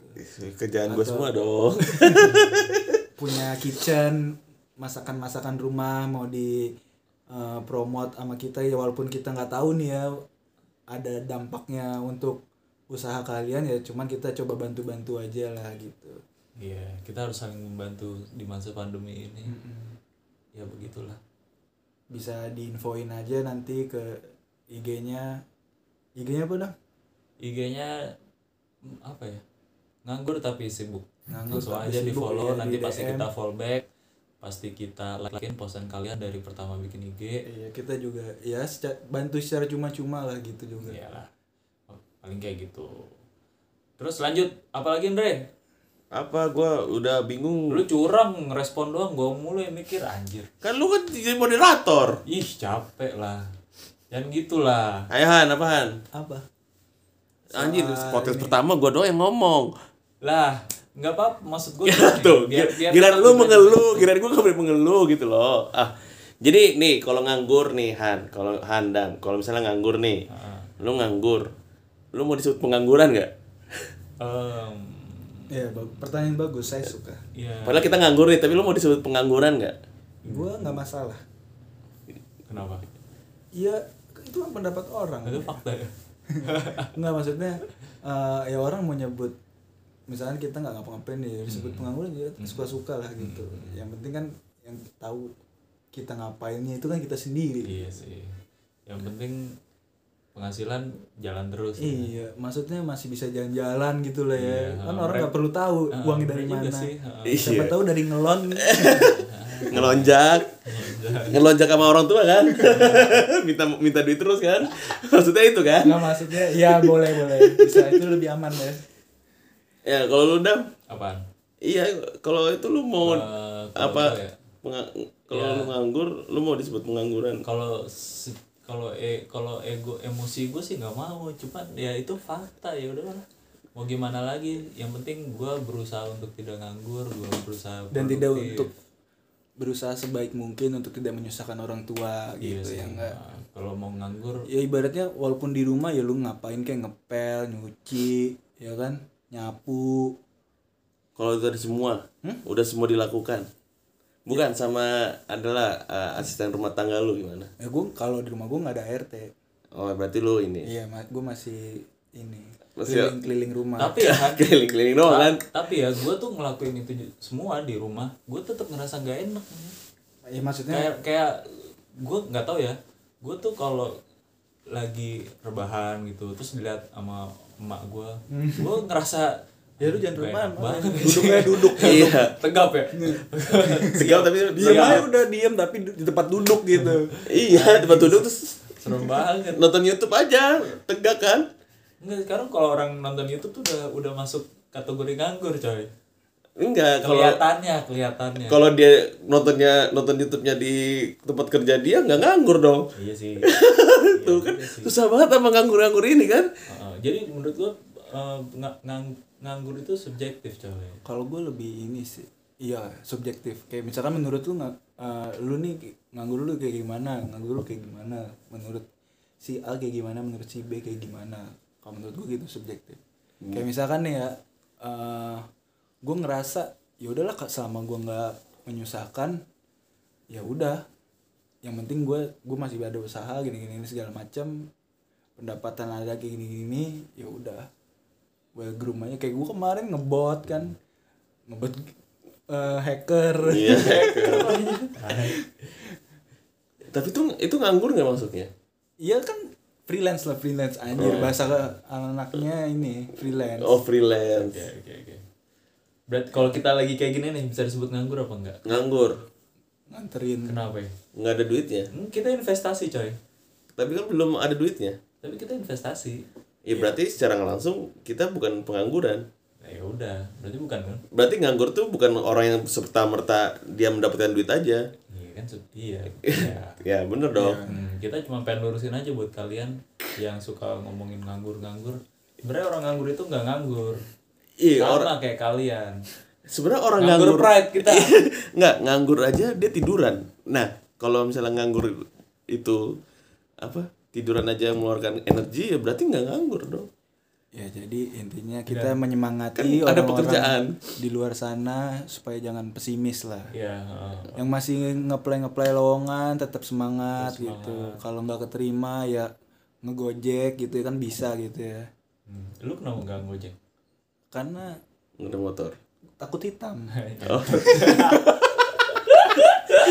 C: kerjaan gue semua dong
B: Punya kitchen, masakan-masakan rumah mau di eh, promote sama kita ya walaupun kita nggak tahu nih ya ada dampaknya untuk usaha kalian ya cuman kita coba bantu-bantu aja lah gitu
A: Iya, kita harus saling membantu di masa pandemi ini. Ya begitulah.
B: bisa diinfoin aja nanti ke IG-nya IG-nya apa dong?
A: IG-nya mm, apa ya? Nganggur tapi sibuk.
B: Nganggur
A: Langsung
B: tapi
A: aja di
B: sibuk,
A: follow,
B: iya, di
A: nanti pasti
B: DM.
A: kita follow back, pasti kita like-in postan kalian dari pertama bikin IG.
B: Iya kita juga ya seca- bantu secara cuma-cuma lah gitu juga
A: Iyalah. Iya Paling kayak gitu. Terus lanjut, apalagi Andre?
C: apa gue udah bingung
A: Lu curang ngerespon doang, gua mulai mikir anjir.
C: Kan lu kan jadi moderator.
A: Ih, capek lah. Jangan gitulah.
C: Ayo Han, apa Han?
B: apa?
C: Anjir, podcast pertama gua doang yang ngomong.
A: Lah, nggak apa-apa maksud
B: [LAUGHS]
A: gua
C: Tuh,
A: Eh, biar, biar
C: kira
A: tetap
C: lu
A: dibaca.
C: mengeluh, kira gua gak boleh mengeluh gitu loh. Ah, jadi nih kalau nganggur nih Han, kalau Han dan kalau misalnya nganggur nih,
A: Ah.
C: lu nganggur, lu mau disebut pengangguran gak?
A: Em,
B: Ya ba- pertanyaan bagus saya suka.
A: ya
C: Padahal kita nganggur nih, tapi lu mau disebut pengangguran gak?
B: Gua nggak masalah.
A: kenapa?
B: Iya itu kan pendapat orang.
A: Itu fakta ya.
B: [LAUGHS] Enggak maksudnya eh, ya orang mau nyebut misalkan kita nggak ngapa-ngapain ya disebut
A: Hmm.
B: pengangguran ya suka-suka lah gitu. Yang penting kan yang tahu kita ngapainnya itu kan kita sendiri.
A: iya sih. Yang penting penghasilan jalan terus. ya.
B: Iya, maksudnya masih bisa jalan-jalan gitu lah ya.
A: Iya, eh,
B: kan orang
A: mereka-
B: nggak perlu tahu
A: Eh,
B: uangnya dari
A: bener juga
B: mana.
A: sih, eh.
B: Siapa tahu dari ngelon.
C: Ngelonjak, ngelonjak sama orang tua kan? [LAUGHS] minta minta duit terus kan? [LAUGHS] Maksudnya itu
B: iya,
C: kan?
B: Enggak maksudnya ya boleh boleh bisa itu lebih aman ya.
C: ya kalau lu dam
A: Apaan?
C: iya kalau itu lu mau
A: Eh, kalau
C: apa
A: gua ya,
C: menga- kalau lu nganggur lu mau disebut pengangguran
A: kalau se- kalau e kalau ego emosi gue sih nggak mau cuman ya itu fakta ya udah lah. mau gimana lagi yang penting gue berusaha untuk tidak nganggur gue berusaha
B: dan tidak
A: produktif.
B: untuk berusaha sebaik mungkin untuk tidak menyusahkan orang tua
A: Iya
B: gitu
A: sih.
B: ya enggak
A: Nah, kalau mau nganggur
B: ya ibaratnya walaupun di rumah ya lu ngapain kayak ngepel nyuci ya kan nyapu
C: kalau itu ada semua udah semua dilakukan bukan sama adalah eh, asisten rumah tangga lu gimana
B: ya gue kalau di rumah gue nggak ada ART
C: oh berarti lu ini
B: iya ma- gue masih ini
C: Masih-
B: keliling keliling rumah
A: tapi ya
B: [LAUGHS]
A: Han,
C: keliling keliling doang kan
A: tapi ya gue tuh ngelakuin itu ju- semua di rumah gue tetap ngerasa nggak enak
B: ya maksudnya
A: kayak kayak gue nggak tahu ya gue tuh kalau lagi rebahan gitu terus dilihat sama emak gue gue ngerasa Hmm. [LAUGHS] ya lu jangan rebahan duduk
B: duduknya duduk
C: iya
A: [LAUGHS] tegap ya
C: segala tapi
B: diem
C: Iya.
B: aja udah diem tapi du- di tempat duduk gitu
C: iya tempat duduk terus
A: [LAUGHS] serem banget
C: nonton YouTube aja tegak kan
A: Nggak, sekarang kalau orang nonton YouTube tuh udah udah masuk kategori nganggur coy
C: enggak kalau
A: kelihatannya kelihatannya
C: kalau dia nontonnya nonton YouTube-nya di tempat kerja dia nggak nganggur dong
A: iya sih [LAUGHS]
C: tuh kan susah banget sama nganggur-nganggur ini kan
A: Heeh, jadi menurut gue nganggur itu subjektif coy
B: kalau gue lebih ini sih iya subjektif kayak misalkan menurut lu nggak eh, lu nih ki- nganggur lu kayak gimana nganggur lu kayak gimana menurut si A kayak gimana menurut si B kayak gimana kalau menurut gue gitu subjektif kayak misalkan nih ya eh gue ngerasa ya udahlah Kak, selama gue nggak menyusahkan ya udah yang penting gue gue masih ada usaha gini gini, gini, segala macam pendapatan ada kayak gini gini ya udah well groom aja kayak gue kemarin ngebot kan ngebot eh, hacker [LAUGHS]
C: iya tapi tuh itu nganggur nggak maksudnya
B: iya kan freelance lah freelance anjir bahasa ke- anaknya ini freelance
C: oh freelance
A: oke oke berarti kalau kita lagi kayak gini nih bisa disebut nganggur apa enggak
C: nganggur
B: nganterin
A: kenapa ya
C: nggak ada duitnya
A: Hmm, kita investasi coy
C: tapi kan belum ada duitnya
A: tapi kita investasi
C: ya berarti secara nggak langsung kita bukan pengangguran
A: nah, ya udah berarti bukan kan
C: berarti nganggur tuh bukan orang yang serta merta dia mendapatkan duit aja
A: iya kan sub-
C: [LAUGHS]
A: iya Iya.
C: ya bener dong
A: Hmm, kita cuma pengen lurusin aja buat kalian yang suka ngomongin nganggur-nganggur sebenarnya orang nganggur itu nggak nganggur
C: Iya,
A: sama
C: orang-
A: kayak kalian
C: sebenarnya orang
A: Nganggur
C: nganggur, Iya.
A: pride kita.
C: [LAUGHS] nggak nganggur aja dia tiduran nah kalau misalnya nganggur itu apa tiduran aja mengeluarkan energi ya berarti nggak nganggur dong
B: ya jadi intinya kita menyemangati
C: Kan ada
B: orang-orang
C: pekerjaan.
B: di luar sana supaya jangan pesimis lah
A: ya heeh.
B: yang masih ngeplay ngeplay lowongan tetap semangat, gitu kalau nggak keterima ya ngegojek gitu ya kan bisa gitu ya
A: Hmm, lu kenapa nggak ngojek
B: karena
C: nggak ada motor [LAUGHS]
B: takut hitam
C: Oh.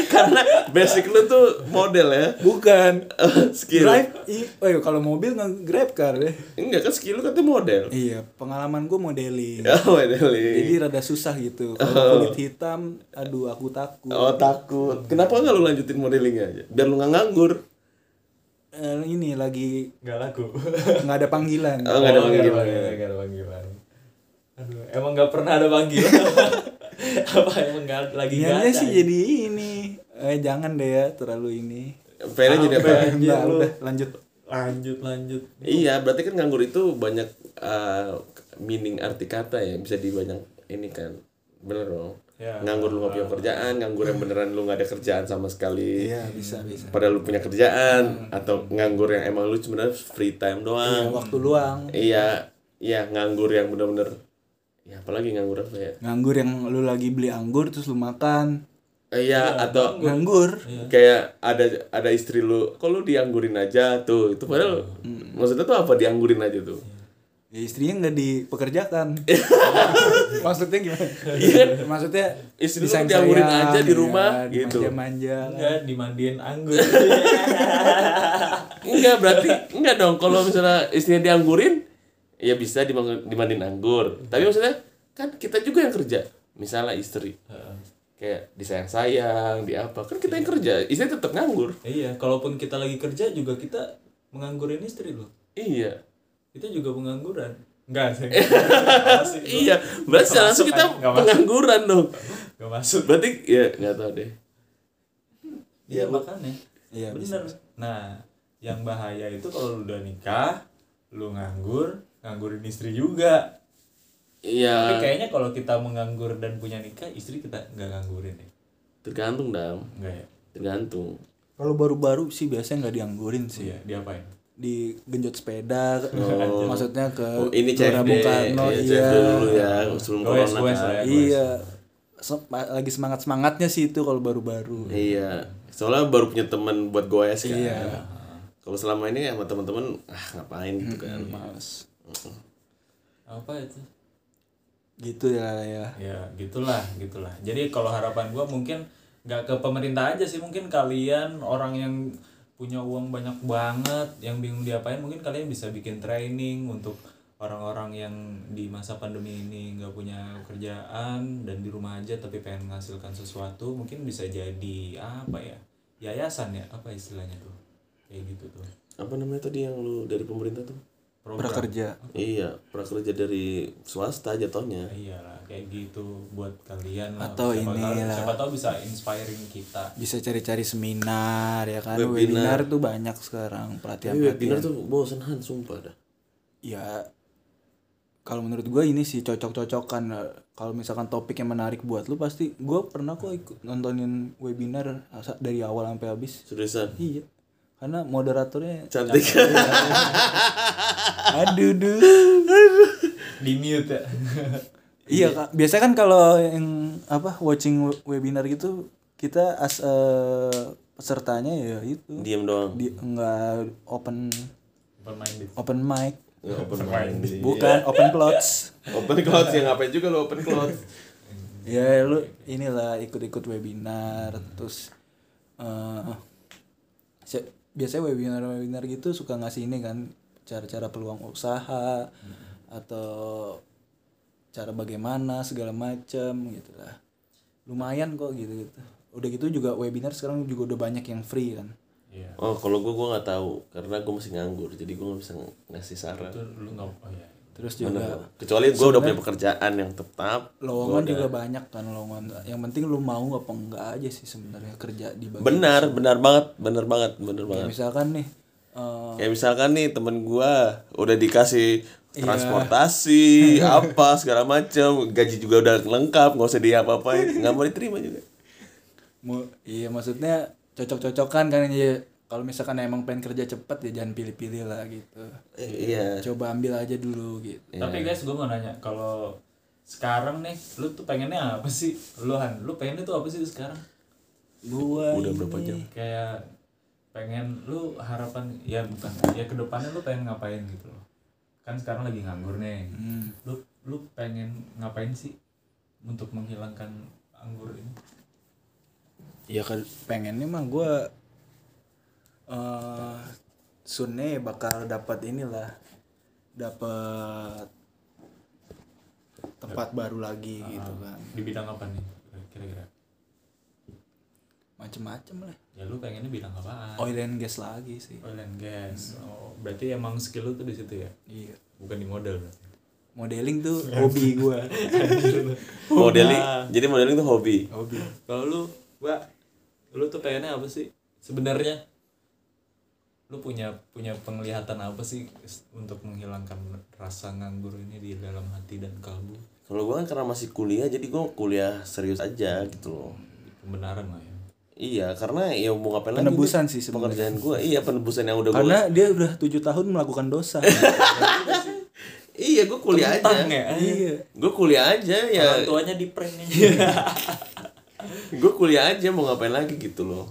C: karena basic lu tuh model ya [LAUGHS]
B: bukan
C: skill
B: Drive, i, eh, kalau mobil nggak grab car deh.
C: enggak kan skill lu katanya model [LAUGHS]
B: Iya, pengalaman gue modeling.
C: oh modeling
B: Jadi rada susah gitu. Kalau kulit hitam, aduh aku takut.
C: oh takut kenapa nggak lu lanjutin modeling aja biar lu nggak nganggur
B: Eh, ini lagi
A: [LAUGHS] nggak laku
B: nggak ada panggilan.
C: oh, nggak ada panggilan.
A: nggak ada panggilan aduh emang nggak pernah ada panggilan [LAUGHS] apa emang nggak lagi
C: Iya,
B: Niatnya
C: ya?
B: sih jadi ini. Eh jangan deh ya, terlalu ini.
C: Pengennya jadi apa
B: Nggak, udah lanjut.
A: gitu. lanjut lanjut
C: Iya, berarti kan nganggur itu banyak eh, meaning arti kata ya, bisa di banyak ini kan. Bener dong.
A: Ya.
C: Nganggur lu nggak punya kerjaan, nganggur yang beneran lu nggak ada kerjaan sama sekali.
B: Iya bisa bisa.
C: Padahal lu punya kerjaan atau nganggur yang emang lu sebenarnya free time
B: Ya,
C: doang.
B: waktu luang.
C: Iya, iya nganggur yang bener-bener ya apalagi nganggur apa ya?
B: Nganggur yang lu lagi beli anggur terus lu makan.
C: Iya, atau
B: Nganggur.
A: Iya.
C: kayak ada ada istri lu, kok lu dianggurin aja tuh. Itu padahal
A: Hmm.
C: maksudnya tuh apa dianggurin aja tuh?
A: Iya.
B: Ya, istrinya nggak dipekerjakan. [LAUGHS] Maksudnya gimana? Maksudnya
C: Iya. Istri lu
B: disayang-sayang,
C: dianggurin aja di
B: ya,
C: rumah, gitu.
B: dimanja-manja.
A: enggak dimandiin anggur
C: [LAUGHS] Enggak
A: [LAUGHS]
C: berarti enggak dong kalau misalnya istrinya dianggurin ya bisa dimang- dimandiin anggur. Tapi maksudnya kan kita juga yang kerja. Misalnya istri
A: Heeh.
C: kayak disayang-sayang, di apa. Kan kita yang kerja, istri tetap nganggur.
A: iya kalaupun kita lagi kerja juga kita menganggurin istri loh
C: Iya.
A: kita juga pengangguran Enggak sih.
C: [LAUGHS]
A: Apa sih? Gua
C: iya berarti
A: Nggak masuk
C: langsung kita
A: aja, nggak masuk.
C: pengangguran dong
A: Nggak masuk.
C: berarti ya nggak tahu deh
A: Iya makanya.
B: Iya,
A: Bener. Nah, yang bahaya itu kalau lu udah nikah, lu nganggur, nganggurin istri juga. Tapi
C: iya
A: kayaknya kalau kita menganggur dan punya nikah, istri kita nggak nganggurin ya.
C: tergantung dam
A: Enggak ya?
C: tergantung
B: Kalau baru-baru sih biasanya nggak dianggurin sih.
A: Iya, diapain?
B: Digenjot sepeda,
C: Oh.
B: maksudnya ke
C: oh ini
B: Gelora
C: CFD
B: Bung Karno,
C: iya,
B: iya.
C: CFD dulu ya sebelum
A: Goes,
C: corona
A: goes
C: kan.
A: lah ya, goes.
B: Iya. Se- lagi semangat-semangatnya sih itu kalau baru-baru.
C: iya soalnya baru punya teman buat goes kan
B: Iya.
C: kalau selama ini ya sama teman-teman ah ngapain gitu kan
B: Hmm, Males.
A: Apa itu?
B: Gitu ya ya.
A: Ya, gitulah, gitulah. Jadi kalau harapan gua mungkin nggak ke pemerintah aja sih, mungkin kalian orang yang punya uang banyak banget, yang bingung diapain, mungkin kalian bisa bikin training untuk orang-orang yang di masa pandemi ini nggak punya kerjaan dan di rumah aja tapi pengen menghasilkan sesuatu, mungkin bisa jadi apa ya? Yayasan ya, apa istilahnya tuh? Kayak gitu tuh.
B: hmm.
C: apa namanya tadi yang lu dari pemerintah tuh
A: Program.
B: Kerja.
C: iya prakerja dari swasta jatuhnya
A: Iyalah, Iya kayak gitu buat kalian lah.
B: Atau
A: siapa
B: ini
A: tahu,
B: lah.
A: siapa tahu bisa inspiring kita.
B: Bisa cari-cari seminar ya kan. Webinar,
C: Webinar.
B: tuh banyak sekarang pelatihan.
C: tapi webinar tuh bosen han sumpah dah
B: Ya kalau menurut gue ini sih cocok-cocokan kalau misalkan topik yang menarik buat lu pasti gue pernah kok ikut nontonin webinar asa- dari awal sampai habis
C: seriusan
B: iya karena moderatornya
C: [LAUGHS] cantik kan?
B: aduh duh
A: Di mute ya. [LAUGHS]
B: Iya kak, biasanya kan kalau yang apa watching we- webinar gitu kita as a pesertanya ya itu
C: diam doang
B: di enggak open
A: Open minded.
B: open mic
C: Ya, open minded
B: bukan open plots
C: open cloud ya ngapain juga lu open cloud
B: [LAUGHS] ya lu inilah ikut-ikut webinar terus eh si- biasanya webinar webinar gitu suka ngasih ini kan cara-cara peluang usaha atau cara bagaimana segala macam gitu lah lumayan kok gitu gitu udah gitu juga webinar sekarang juga udah banyak yang free kan
A: Iya.
C: oh kalau gua gua nggak tahu karena gua masih nganggur jadi gua nggak bisa ng- ngasih saran
A: Itu lu enggak oh ya.
B: terus
C: Mana
B: juga
C: gua? kecuali gua udah punya pekerjaan yang tetap
B: lowongan juga banyak kan lowongan yang penting lu mau apa enggak aja sih sebenarnya kerja di bagian
C: benar benar banget benar banget benar
B: Ya,
C: banget
B: misalkan nih eh,
C: kayak misalkan nih temen gua udah dikasih
B: Iya. [LAUGHS]
C: transportasi apa segala macam gaji juga udah lengkap nggak usah dia apa apain nggak mau diterima juga
B: Mu- iya maksudnya cocok-cocokan kan ya kalau misalkan emang pengen kerja cepet ya jangan pilih-pilih lah gitu
C: Eh, iya
B: coba ambil aja dulu gitu
A: Tapi guys, gue mau nanya kalau sekarang nih lu tuh pengennya apa sih? Lu Han, lu pengennya tuh apa sih sekarang?
B: gua
C: udah berapa
A: Iya.
C: jam
A: Kayak pengen lu harapan ya bukan ya kedepannya lu pengen ngapain gitu loh kan sekarang lagi nganggur nih lu lu pengen ngapain sih untuk menghilangkan anggur ini
B: ya kan pengennya mah gua eh Sunnya bakal dapat inilah dapat tempat baru lagi
C: Ah.
B: gitu kan
A: di bidang apa nih kira-kira
B: macem-macem lah
A: ya lu pengennya bidang apaan
B: oil and gas lagi sih
A: oil and gas oh berarti emang skill lu tuh di situ ya
B: iya
A: bukan di model berarti
B: modeling
C: [LAUGHS]
B: tuh hobi gua
C: modeling jadi modeling tuh hobi
B: hobi
A: Kalau lu, Mbak, lu tuh pengennya apa sih sebenarnya? Lu punya punya penglihatan apa sih s- untuk menghilangkan rasa nganggur ini di dalam hati dan kalbu?
C: kalau gua kan karena masih kuliah jadi gua kuliah serius aja gitu loh
A: Pembenaran lah ya.
C: iya karena ya mau ngapain lagi
B: penebusan
C: nih?
B: sih sebenarnya
C: pekerjaan gua iya penebusan yang udah gua
B: karena dia udah tujuh tahun melakukan [LAUGHS] dosa
C: iya gua kuliah aja
A: Tang ya.
B: iya
C: gua kuliah aja ya
A: Orang tuanya di prank nih.
C: gua kuliah aja mau ngapain lagi gitu loh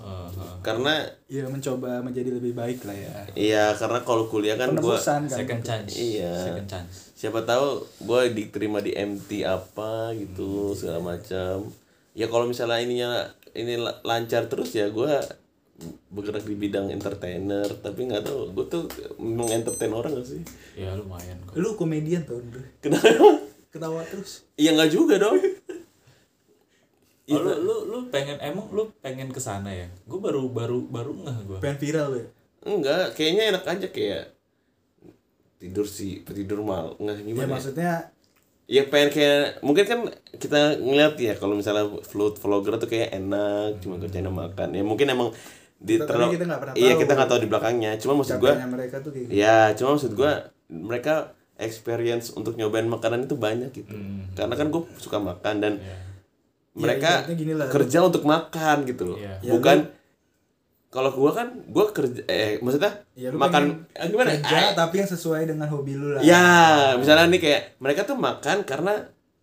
C: karena
B: ya mencoba menjadi lebih baik lah ya
C: Iya, karena kalau kuliah kan gua
B: penebusan kan
A: Second chance.
C: Iya.
A: Second chance.
C: siapa tahu gua diterima di MT apa gitu segala macam. Ya kalau misalnya ininya ini la- lancar terus ya gua bergerak di bidang entertainer tapi nggak tahu gua tuh mengentertain orang gak sih
A: Ya lumayan kok.
B: lu komedian tau Andre
C: kenapa
B: ketawa terus
C: ya nggak juga dong
A: Oh, lu, lu lu pengen emang lu pengen ke sana ya? Gue baru baru baru ngeh gue.
B: pengen viral lu ya
C: enggak kayaknya enak aja kayak tidur si tidur mal nggak
B: ya
C: gimana ya,
B: maksudnya
C: ya pengen kayak mungkin kan kita ngeliat ya kalau misalnya food vlogger tuh kayak enak cuma kerjain sama makan ya mungkin emang di
B: Tapi
C: terlalu-
B: kita nggak pernah
C: iya
B: tahu.
C: kita nggak tahu di belakangnya cuma maksud gua
B: capeknya mereka tuh kayak gitu.
C: Ya, cuma maksud gua mereka experience untuk nyobain makanan itu banyak gitu.
B: Hmm.
C: Karena kan gue suka makan dan
B: Iya.
C: mereka
B: ibaratnya Iya, gini lah.
C: kerja untuk makan gitu loh.
A: Iya.
B: Ya,
C: Bukan kalau gua kan gua kerja eh maksudnya
B: Ya, lu
C: makan
B: pengen
C: eh, gimana?
B: kerja
C: Ah,
B: tapi yang sesuai dengan hobi lu lah
C: ya, misalnya nih kayak mereka tuh makan karena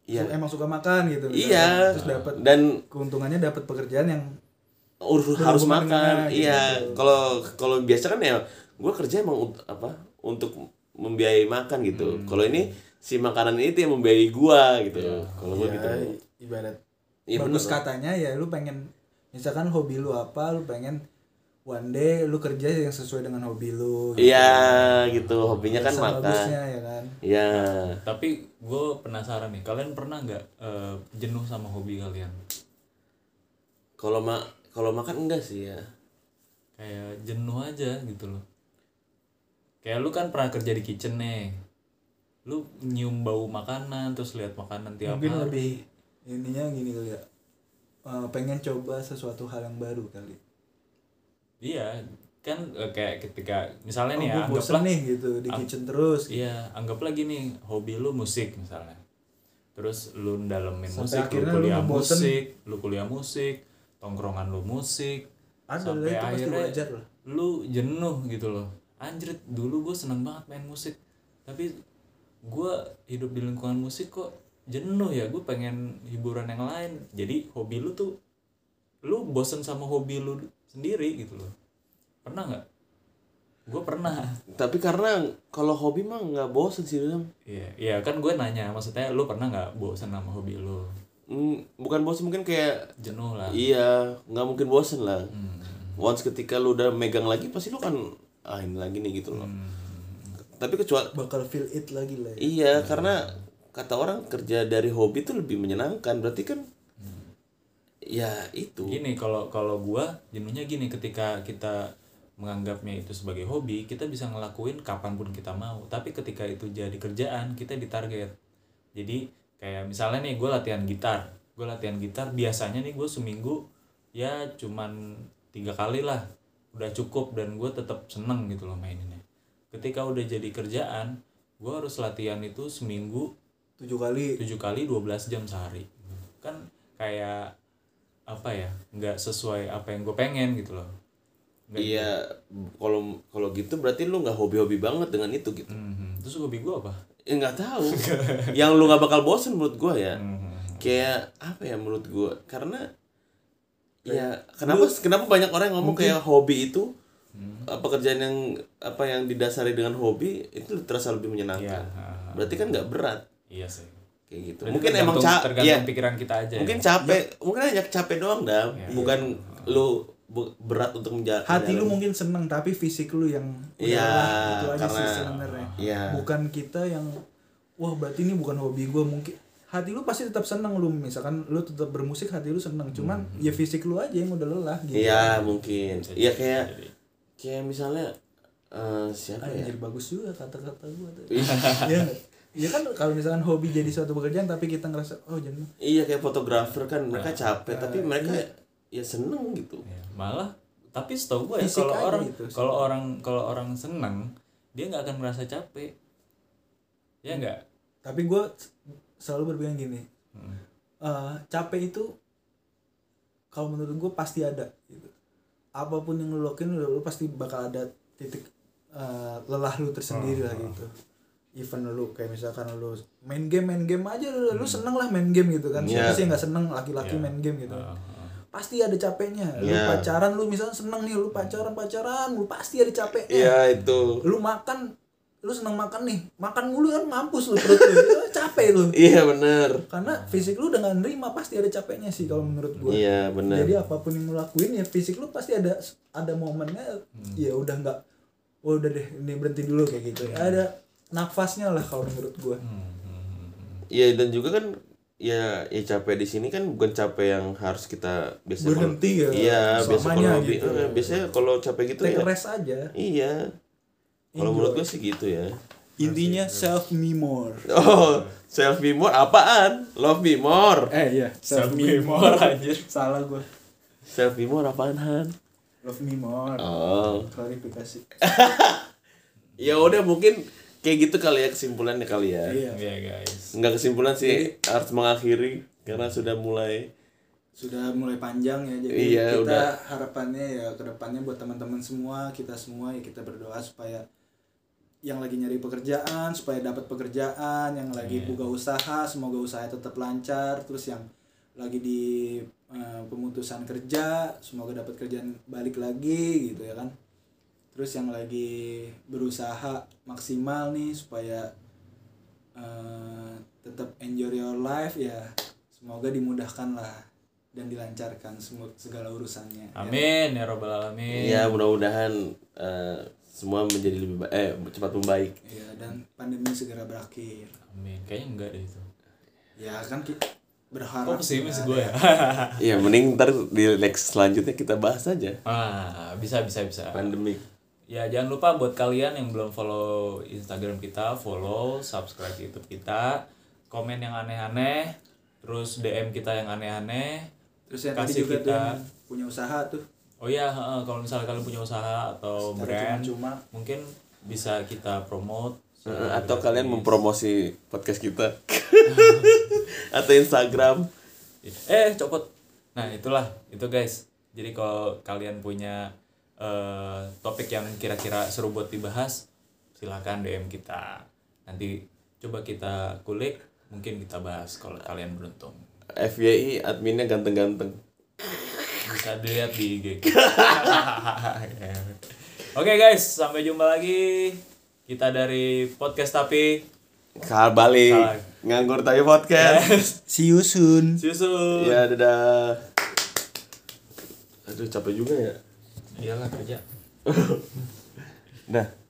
C: ya
B: emang suka makan gitu misalnya.
C: iya
B: terus dapat
C: dan
B: keuntungannya dapat pekerjaan yang
C: urus harus
B: berhubungan
C: makan
B: dengan-
C: iya kalau kalau biasa kan ya gue kerja emang ut- apa untuk membiayai makan gitu kalau ini si makanan itu yang membiayai gua gitu kalau gue gitu
B: ya, ibarat
C: Iya,
B: bagus
C: bener.
B: katanya ya lu pengen misalkan hobi lu apa lu pengen one day lu kerja yang sesuai dengan hobi lu gitu.
C: iya gitu hobinya kan
B: Sama
C: makan
B: bagusnya ya kan
C: iya
A: Tapi gue penasaran nih, kalian pernah nggak eh, jenuh sama hobi kalian?
C: kalau ma kalau makan enggak sih ya
A: Kayak jenuh aja gitu loh. Kayak lu kan pernah kerja di kitchen nih. Lu nyium bau makanan, terus lihat makanan tiap
B: mungkin
A: hari.
B: lebih ininya gini kali ya Eh, pengen coba sesuatu hal yang baru kali
A: Iya, kan eh, kayak ketika misalnya nih ya,
B: oh, gue
A: anggaplah
B: bosen nih gitu di kitchen terus
A: Iya, anggap lagi nih hobi lu musik misalnya. Terus lu dalemin musik, lu
B: akhirnya lu
A: kuliah
B: ngebosen.
A: musik, lu kuliah musik, tongkrongan lu musik.
B: Ada lah,
A: sampai
B: itu pasti
A: akhirnya
B: wajar lah.
A: lu jenuh gitu loh. Anjrit, dulu gue seneng banget main musik. Tapi gue hidup di lingkungan musik kok jenuh ya. Gue pengen hiburan yang lain. Jadi hobi lu tuh, lu bosen sama hobi lu sendiri gitu loh. Pernah nggak? Gue pernah.
C: tapi karena kalau hobi mah nggak bosen sih Ram.
A: Iya, iya kan gue nanya, maksudnya lu pernah nggak bosen sama hobi lu?
C: Hmm, bukan bosen mungkin kayak
A: Jenuh lah.
C: iya nggak mungkin bosen lah
A: Hmm.
C: once ketika lu udah megang lagi pasti lu kan ah ini lagi nih gitu loh tapi kecuali
B: bakal feel it lagi lah ya.
C: Iya, karena kata orang kerja dari hobi itu lebih menyenangkan. Berarti kan ya itu.
A: Gini kalau kalau gue jenuhnya gini ketika kita menganggapnya itu sebagai hobi, kita bisa ngelakuin kapanpun kita mau. Tapi ketika itu jadi kerjaan, kita ditarget. Jadi kayak misalnya nih gue latihan gitar, gue latihan gitar biasanya nih gue seminggu ya cuman tiga kali lah udah cukup dan gue tetap seneng gitu loh maininnya. Ketika udah jadi kerjaan, gue harus latihan itu seminggu
B: tujuh kali
A: tujuh kali 12 jam sehari kan kayak apa ya nggak sesuai apa yang gue pengen gitu loh Nggak
C: Iya, kalau kalau gitu berarti lu nggak hobi-hobi banget dengan itu gitu.
A: Mhm. terus hobi gue apa
C: Ya nggak tahu. Yang lu nggak bakal bosen menurut gua ya. Kayak apa ya menurut gua? Karena ya kenapa kenapa banyak orang yang ngomong kayak hobi itu
A: Hmm.
C: eh, pekerjaan yang apa yang didasari dengan hobi itu terasa lebih
A: Iya,
C: menyenangkan.
A: ha, ha.
C: Berarti kan nggak berat
A: iya sih
C: kayak gitu.
A: Berarti
C: mungkin emang
A: tergantung-
C: ca
A: tergantung
C: ya,
A: pikiran kita aja Iya.
C: mungkin
A: ya.
C: capek mungkin hanya capek doang dah bukan lu bu- berat untuk menjaga
B: hati lu mungkin seneng tapi fisik lu yang
C: Iya,
B: udahlah, itu aja sih
C: karena-
B: sebenarnya
C: iya.
B: bukan kita yang wah berarti ini bukan hobi gue mungkin hati lu pasti tetap seneng lu misalkan lu tetap bermusik hati lu seneng cuman ya fisik lu aja yang udah lelah gitu
C: iya mungkin iya kayak kayak misalnya eh, siapa ya
B: Anjir bagus juga kata-kata gue tadi. [LAUGHS] Iya. nggak? Iya kan kalau misalkan hobi jadi suatu pekerjaan tapi kita ngerasa oh jenuh.
C: iya kayak fotografer kan
A: Nah,
C: mereka capek tapi mereka
A: iya.
C: ya seneng gitu
A: Ya, malah tapi setahu gue ya
B: Fisik
A: kalau
B: aja
A: orang
B: itu.
A: kalau orang kalau orang senang dia nggak akan merasa capek ya nggak
B: Tapi gue selalu berpikiran gini, eh, capek itu kalau menurut gue pasti ada. Gitu. Apapun yang lu lakuin lu, lu pasti bakal ada titik eh, lelah lu tersendiri lah gitu. Even lu kayak misalkan lu main game main game aja lu, lu seneng lah main game gitu kan. Siapa
C: Iya.
B: sih yang nggak seneng laki-laki main game gitu.
A: Ah, ah.
B: pasti ada capeknya lu
C: Iya.
B: pacaran lu misalnya seneng nih lu pacaran pacaran lu pasti ada capeknya
C: iya itu
B: lu makan lu seneng makan nih makan mulu kan mampus lu perut lu [LAUGHS] Lu capek lu
C: iya bener
B: karena fisik lu udah nggak nerima pasti ada capeknya sih kalau menurut gua
C: iya bener
B: jadi apapun yang lu lakuin ya fisik lu pasti ada ada momennya ya udah nggak oh udah deh ini berhenti dulu kayak gitu ada nafasnya lah kalau menurut gua
C: iya dan juga kan ya ya capek di sini kan bukan capek yang harus kita biasa kalau-
B: Berhenti ya,
C: iya biasa
B: selamanya
C: kalau hobi
B: gitu.
C: eh, biasanya kalau capek gitu
B: take
C: ya
B: rest aja
C: Iya. Kalau menurut gue sih gitu ya. [LAUGHS]
B: Intinya self me more.
C: Oh, self me more apaan? Love me more.
B: Eh iya,
A: self more anjir
B: Salah gua.
C: Self me more apaan Han?
B: Love me more.
C: Oh.
B: Klarifikasi.
C: Ya udah mungkin kayak gitu kali ya kesimpulannya kali ya.
B: Iya.
A: ya guys
C: Enggak kesimpulan sih harus mengakhiri karena sudah mulai
B: Sudah mulai panjang ya jadi
C: Iya,
B: kita
C: udah.
B: harapannya ya kedepannya buat teman-teman semua kita semua ya kita berdoa supaya yang lagi nyari pekerjaan supaya dapat pekerjaan yang lagi
C: Iya.
B: buka usaha semoga usahanya tetap lancar terus yang lagi di eh, pemutusan kerja semoga dapat kerjaan balik lagi gitu ya kan terus yang lagi berusaha maksimal nih supaya eh, tetap enjoy your life ya semoga dimudahkan lah dan dilancarkan semua segala urusannya
C: Iya.
B: ya.
A: amin ya robbal alamin
C: ya mudah-mudahan eh, semua menjadi lebih ba- eh cepat membaik.
B: Iya, dan pandemi segera berakhir
A: amin kayaknya enggak deh itu
B: ya kan ki-
A: kok
B: berharap
A: pesimis
B: segera
A: gue ya
C: Iya, mending ntar di next selanjutnya kita bahas aja
A: ah bisa bisa bisa
C: pandemik.
A: Ya jangan lupa buat kalian yang belum follow Instagram kita, follow, subscribe YouTube kita, komen yang aneh-aneh, terus DM kita yang aneh-aneh.
B: terus yang tadi
A: kasih
B: juga tuh
A: kita.
B: yang punya usaha tuh
A: Oh ya, heeh, kalau misalnya kalian punya usaha atau
B: secara
A: brand,
B: cuma
A: mungkin bisa kita promote.
C: Eh, atau kalian mempromosi podcast kita [LAUGHS] atau Instagram
A: Eh, copot. Nah, itulah itu guys. Jadi kalau kalian punya eh, topik yang kira-kira seru buat dibahas, silakan DM kita. Nanti coba kita kulik, mungkin kita bahas kalau kalian beruntung.
C: FYI adminnya ganteng-ganteng.
A: Bisa dilihat di IG. [LAUGHS] Oke guys, sampai jumpa lagi. Kita dari podcast tapi
C: Kal balik
A: Salah.
C: nganggur tapi podcast. [LAUGHS]
B: see you soon
A: see you soon.
C: ya dadah. Aduh capek juga ya.
A: Iyalah kerja.
C: Nah.